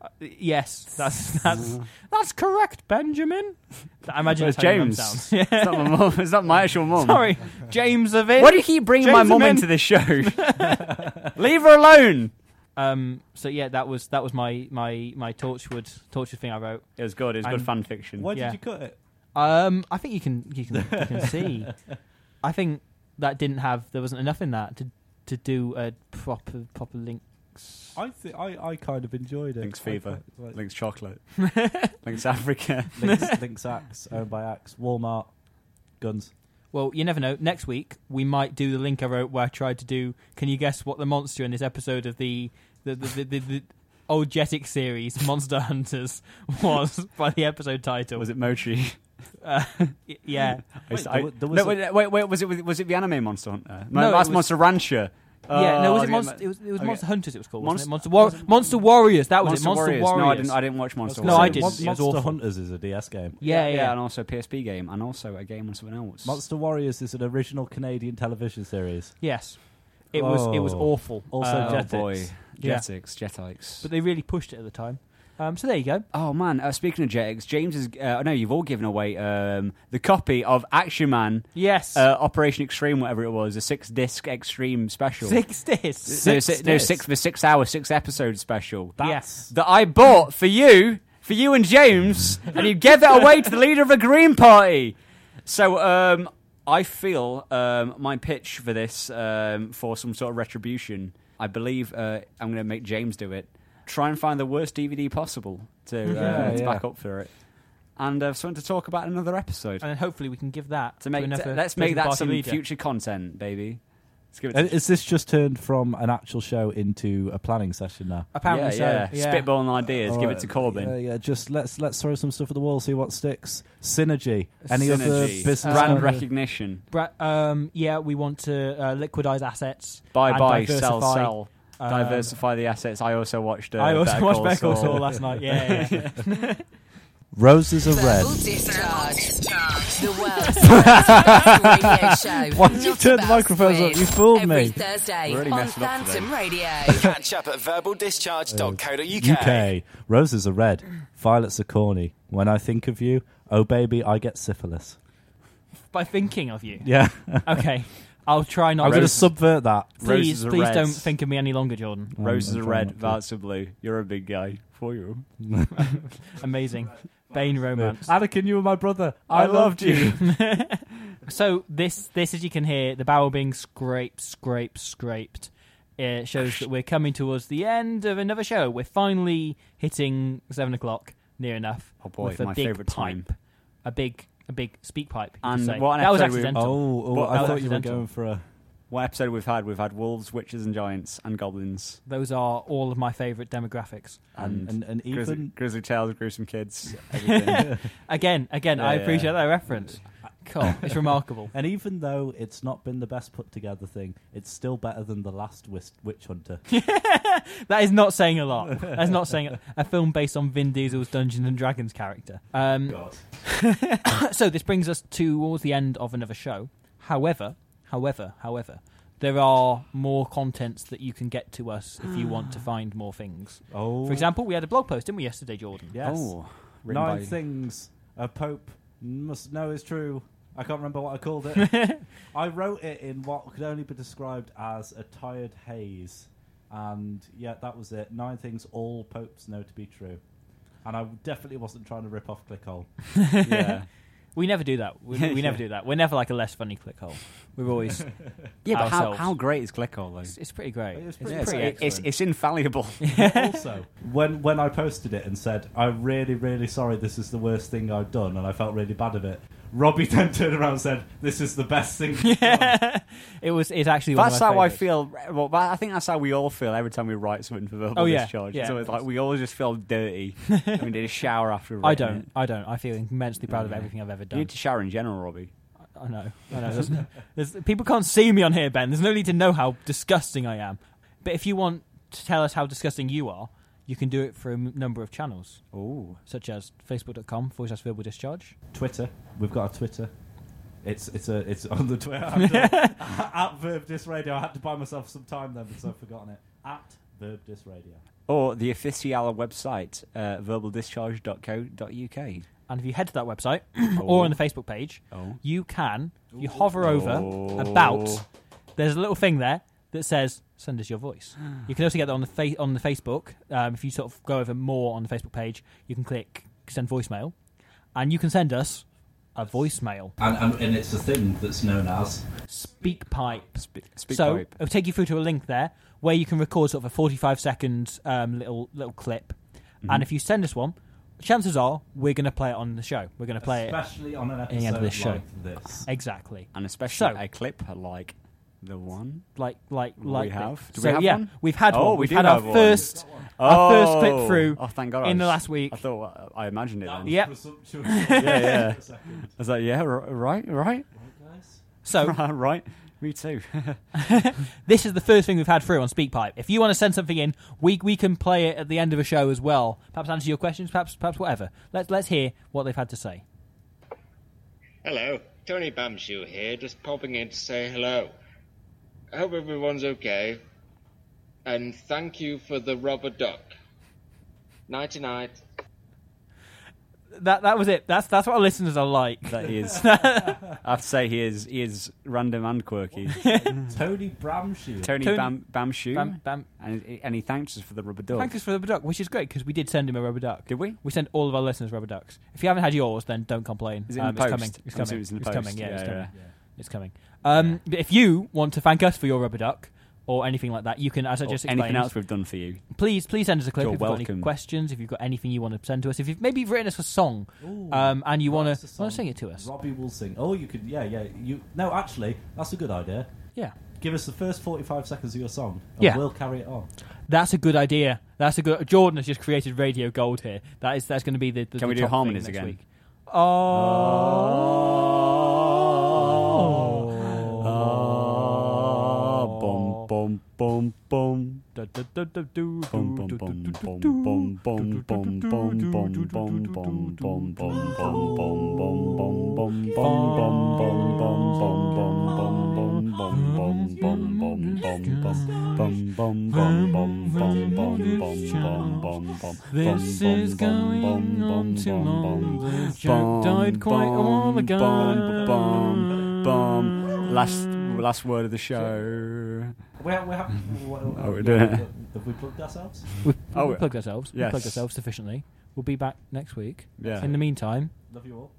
Uh, yes, that's that's that's correct, Benjamin. I imagine
Where's
that's how your mum
James?
sounds.
It's not my mum. It's not my actual mum.
Sorry, James of it.
Why do you keep bringing my mum into this show? Leave her alone.
Um. So yeah, that was that was my my my Torchwood Torchwood thing I wrote.
It was good. It was good
And-
fan fiction.
Why did
Yeah.
you cut it?
Um. I think you can you can you can see. I think that didn't have there wasn't enough in that to to do a proper proper link.
I th- I I kind of enjoyed it.
Links
I
Fever.
quite like-
Links Chocolate. Links Africa.
Links, Links Axe, owned by Axe, Walmart, guns.
Well, you never know. Next week we might do the link I wrote where I tried to do. Can you guess what the monster in this episode of the the the the, the, the old Jetic series Monster Hunters was by the episode title?
Was it Mochi?
Uh, y- yeah.
Wait,
I-
there wa-
no,
there was
wait,
a-
wait, wait, was it was it the anime Monster Hunter? No,
No, it
that's
was-
Monster Rancher.
yeah, no,
Oh,
was
I
it
get
Monster?
ma-
It was, it was
okay.
Monster Hunters. It was called wasn't it?
Monst-
Monster War- Monster Warriors. That was
Monster
it. Monster
Warriors.
Warriors.
No, I didn't. I didn't watch Monster.
No,
Warriors.
I did.
Mon-
It was
Monster
awful.
Hunters is a DS game.
yeah, yeah,
and also a PSP game, and also a game on something else.
Monster Warriors is an original Canadian television series.
Yes, it was. It was
Oh.
awful.
Also
Uh,
oh
Jetix.
boy,
Yeah.
Jetix, Jetix.
but they really pushed it at the time. Um, so there you go.
oh man, uh, speaking of Jetix, James is. Uh, I know you've all given away um, the copy of Action Man.
Yes,
Uh, Operation Extreme, whatever it was, a six-disc Extreme special.
six discs.
no,
Six
si- no,
discs?
six the six-hour, six-episode special.
Yes.
that I bought for you, for you and James, and you gave it away to the leader of the Green Party. So, um, I feel um, my pitch for this um, for some sort of retribution. I believe uh, I'm going to make James do it. Try and find the worst DVD possible to, uh,
Yeah,
to
yeah.
back up for it, and uh, something to talk about in another episode.
Uh,
And hopefully we can give that
to make,
another
let's make
Prison
that
Party
some
leader.
future content, baby. Let's give it.
Uh, Is this just turned from an actual show into a planning session now?
Apparently
yeah,
so.
yeah. spitballing ideas. give it to Corbyn.
Yeah, yeah, just let's let's throw some stuff at the wall, see what sticks. Synergy. Any other
Synergy,
business
brand
owner?
recognition.
Bra- um, yeah, we want to uh, liquidize assets.
Buy,
and
buy, sell,
diversify.
sell.
Um,
Diversify the assets. I also watched. Uh,
I also
Better
watched
Call
Better Call
Saul.
Saul last night. Yeah, yeah, yeah.
Roses are red.
Verbal discharge. The world's first radio show.
Why did you
Not
turn the
about
microphones up?
quiz.
You fooled
Every
me.
Thursday
Really
on
messing up today.
Phantom Radio.
Catch up at verbaldischarge.co.uk.
UK. Roses are red. Violets are corny. When I think of you, oh baby, I get syphilis.
By thinking of you.
Yeah.
Okay, I'll try not.
I'm going to
to.
subvert that.
Please,
Roses are
please
red.
don't think of me any longer, Jordan.
Roses
I'm
are
trying
red,
not to.
violets are blue. You're a big guy. For you.
Amazing, Bane romance.
Anakin, you were my brother. I, loved you.
So this, this as you can hear, the barrel being scraped, scraped, scraped. It shows that we're coming towards the end of another show. We're finally hitting seven o'clock, near enough.
Oh boy,
with a
my
big
favourite time.
pipe, a big, a big speak pipe. you could
And
say.
what an
that was
episode we-
accidental.
Oh, oh
Well,
I
that
thought
was
you were
accidental.
going for a.
What episode we've had? We've had wolves, witches, and giants, and goblins,
Those are all of my favourite demographics.
and,
And, and
grizzly,
even.
grizzly tails, gruesome kids. Everything.
Again, again, I
Yeah,
appreciate
yeah.
that reference. Cool, it's remarkable.
And even though it's not been the best put together thing, it's still better than the last Wis- Witch Hunter.
That is not saying a lot. That's not saying a, a film based on Vin Diesel's Dungeons and Dragons character. Um,
God.
so this brings us towards the end of another show. However, however, however, there are more contents that you can get to us if you want
Ah.
to find more things.
Oh,
For example, we had a blog post, didn't we, yesterday, Jordan?
yes.
Oh, written
Nine
by-
things a pope must know is true. I can't remember what I called it. I wrote it in what could only be described as a tired haze. And yeah, that was it. Nine things all popes know to be true. And I definitely wasn't trying to rip off Clickhole.
yeah.
We never do that. We, we never do that. We're never like a less funny click hole. We're always.
yeah, but how,
Ourselves.
how great is Clickhole though?
It's, it's pretty great.
It's
It's
pretty
Yeah, it's,
pretty
it's, it's,
excellent.
infallible.
also, when when I posted it and said I'm really really sorry, this is the worst thing I've done, and I felt really bad of it. Robbie then turned around and said, "This is the best thing."
it was. It's actually one of
That's
my
how I
favourites.
feel. eh, Well, that- I think that's how we all feel every time we write something for verbal
Oh, yeah.
discharge.
Yeah.
It's always like we all just feel dirty. and we need a shower after.
I
writing it.
don't. I don't. I feel immensely proud of everything I've ever
You
done.
need to shower in general, Robbie.
I know. I know. There's, there's, people can't see me on here, Ben. There's no need to know how disgusting I am. But if you want to tell us how disgusting you are, you can do it through a m- number of channels.
Ooh.
Such as facebook.com forward slash verbal discharge.
Twitter. We've got a Twitter. It's it's a it's on the Twitter. at Verb Dis Radio. I had to buy myself some time then because I've forgotten it. At Verb Dis Radio.
Or the official website, uh, verbaldischarge.co.uk.
And if you head to that website
Oh.
or on the Facebook page,
Oh.
you can, if you hover over about, there's a little thing there that says send us your voice. You can also get that on the fa- on the Facebook. Um, if you sort of go over more on the Facebook page, you can click send voicemail, and you can send us a voicemail.
And, and, and it's a thing that's known as.
Speak pipe.
speak
so uh,
pipe.
it'll take you through to a link there where you can record sort of a 45 second um, little little clip, and
Mhm.
if you send us one, chances are we're going to play it on the show. We're going to play
Especially
it
on an
at the end of
episode
this show.
like this.
Exactly,
and especially
So-
a clip like the one
like like
we
like
have.
this.
Do
so
we have
yeah,
one?
we've had
oh,
one.
We
We've
do
had
have
our
one.
first our first clip through.
Oh, thank God! I
in the
was-
last week.
I thought uh, I imagined it.
That
then.
was Yep.
presumptuous.
yeah, yeah.
For a
I
second.
was like, yeah, r- right, right.
So
right, me too.
this is the first thing we've had through on SpeakPipe. If you want to send something in, we we can play it at the end of a show as well. Perhaps answer your questions, perhaps perhaps whatever. Let's let's hear what they've had to say.
Hello, Tony Bamshu here, just popping in to say hello. I hope everyone's okay, and thank you for the rubber duck. Nighty night.
That that was it. That's that's what our listeners are like.
That he is. I have to say, he is he is random and quirky.
Tony Bramshield.
Tony,
Tony-
Bam Bamshoe,
Bam- Bam-
and and he thanked us for the rubber duck.
Thank us for the rubber duck, which is great because we did send him a rubber duck. Did
we?
We sent all of our listeners rubber ducks. If you haven't had yours, then don't complain. Um,
Is it in the
It's coming.
post?
It's
I'm
coming.
assuming it's in the
it's coming.
post.
Yeah, it's
Yeah,
coming.
yeah.
It's coming. Um, but if you want to thank us for your rubber duck or anything like that, you can, as I
Or
just
anything
explained,
else we've done for you.
Please, please send us a clip
You're
if you've got any
welcome.
questions. If you've got anything you want to send to us, if you've maybe written us a song, um, and you want to want to sing it to us.
Robbie will sing. Oh, you could. Yeah, yeah. You no, actually, that's a good idea.
Yeah.
Give us the first forty-five seconds of your song, and
Yeah.
we'll carry it on.
That's a good idea. That's a good. Jordan has just created radio gold here. That is that's going to be the. the
Can we do
the top thing
harmonies
next
again?
Week. Oh.
Oh. Bum bum bum bum.
Da, da, da, da, do,
Bum bum bum bum bum bum bum bum bum bum bum bum bum bum bum bum bum bum bum bum bum bum bum bum
This is going on too long. The joke died quite a while ago.
bum bum last last word of the show
We're, we're happy.
Oh, we're doing it.
Have we plugged ourselves?
We,
Oh,
we
yeah.
plugged ourselves. We
Yes.
plugged ourselves sufficiently. We'll be back next week.
Yeah.
In the meantime,
Love you all.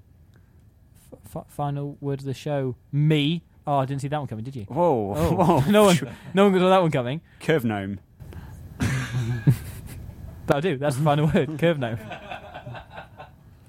f- final word of the show. Me. Oh, I didn't see that one coming, did you?
Whoa,
Oh.
whoa.
no one, no one saw that one coming.
curve gnome
That'll do. That's the final word. Curve now.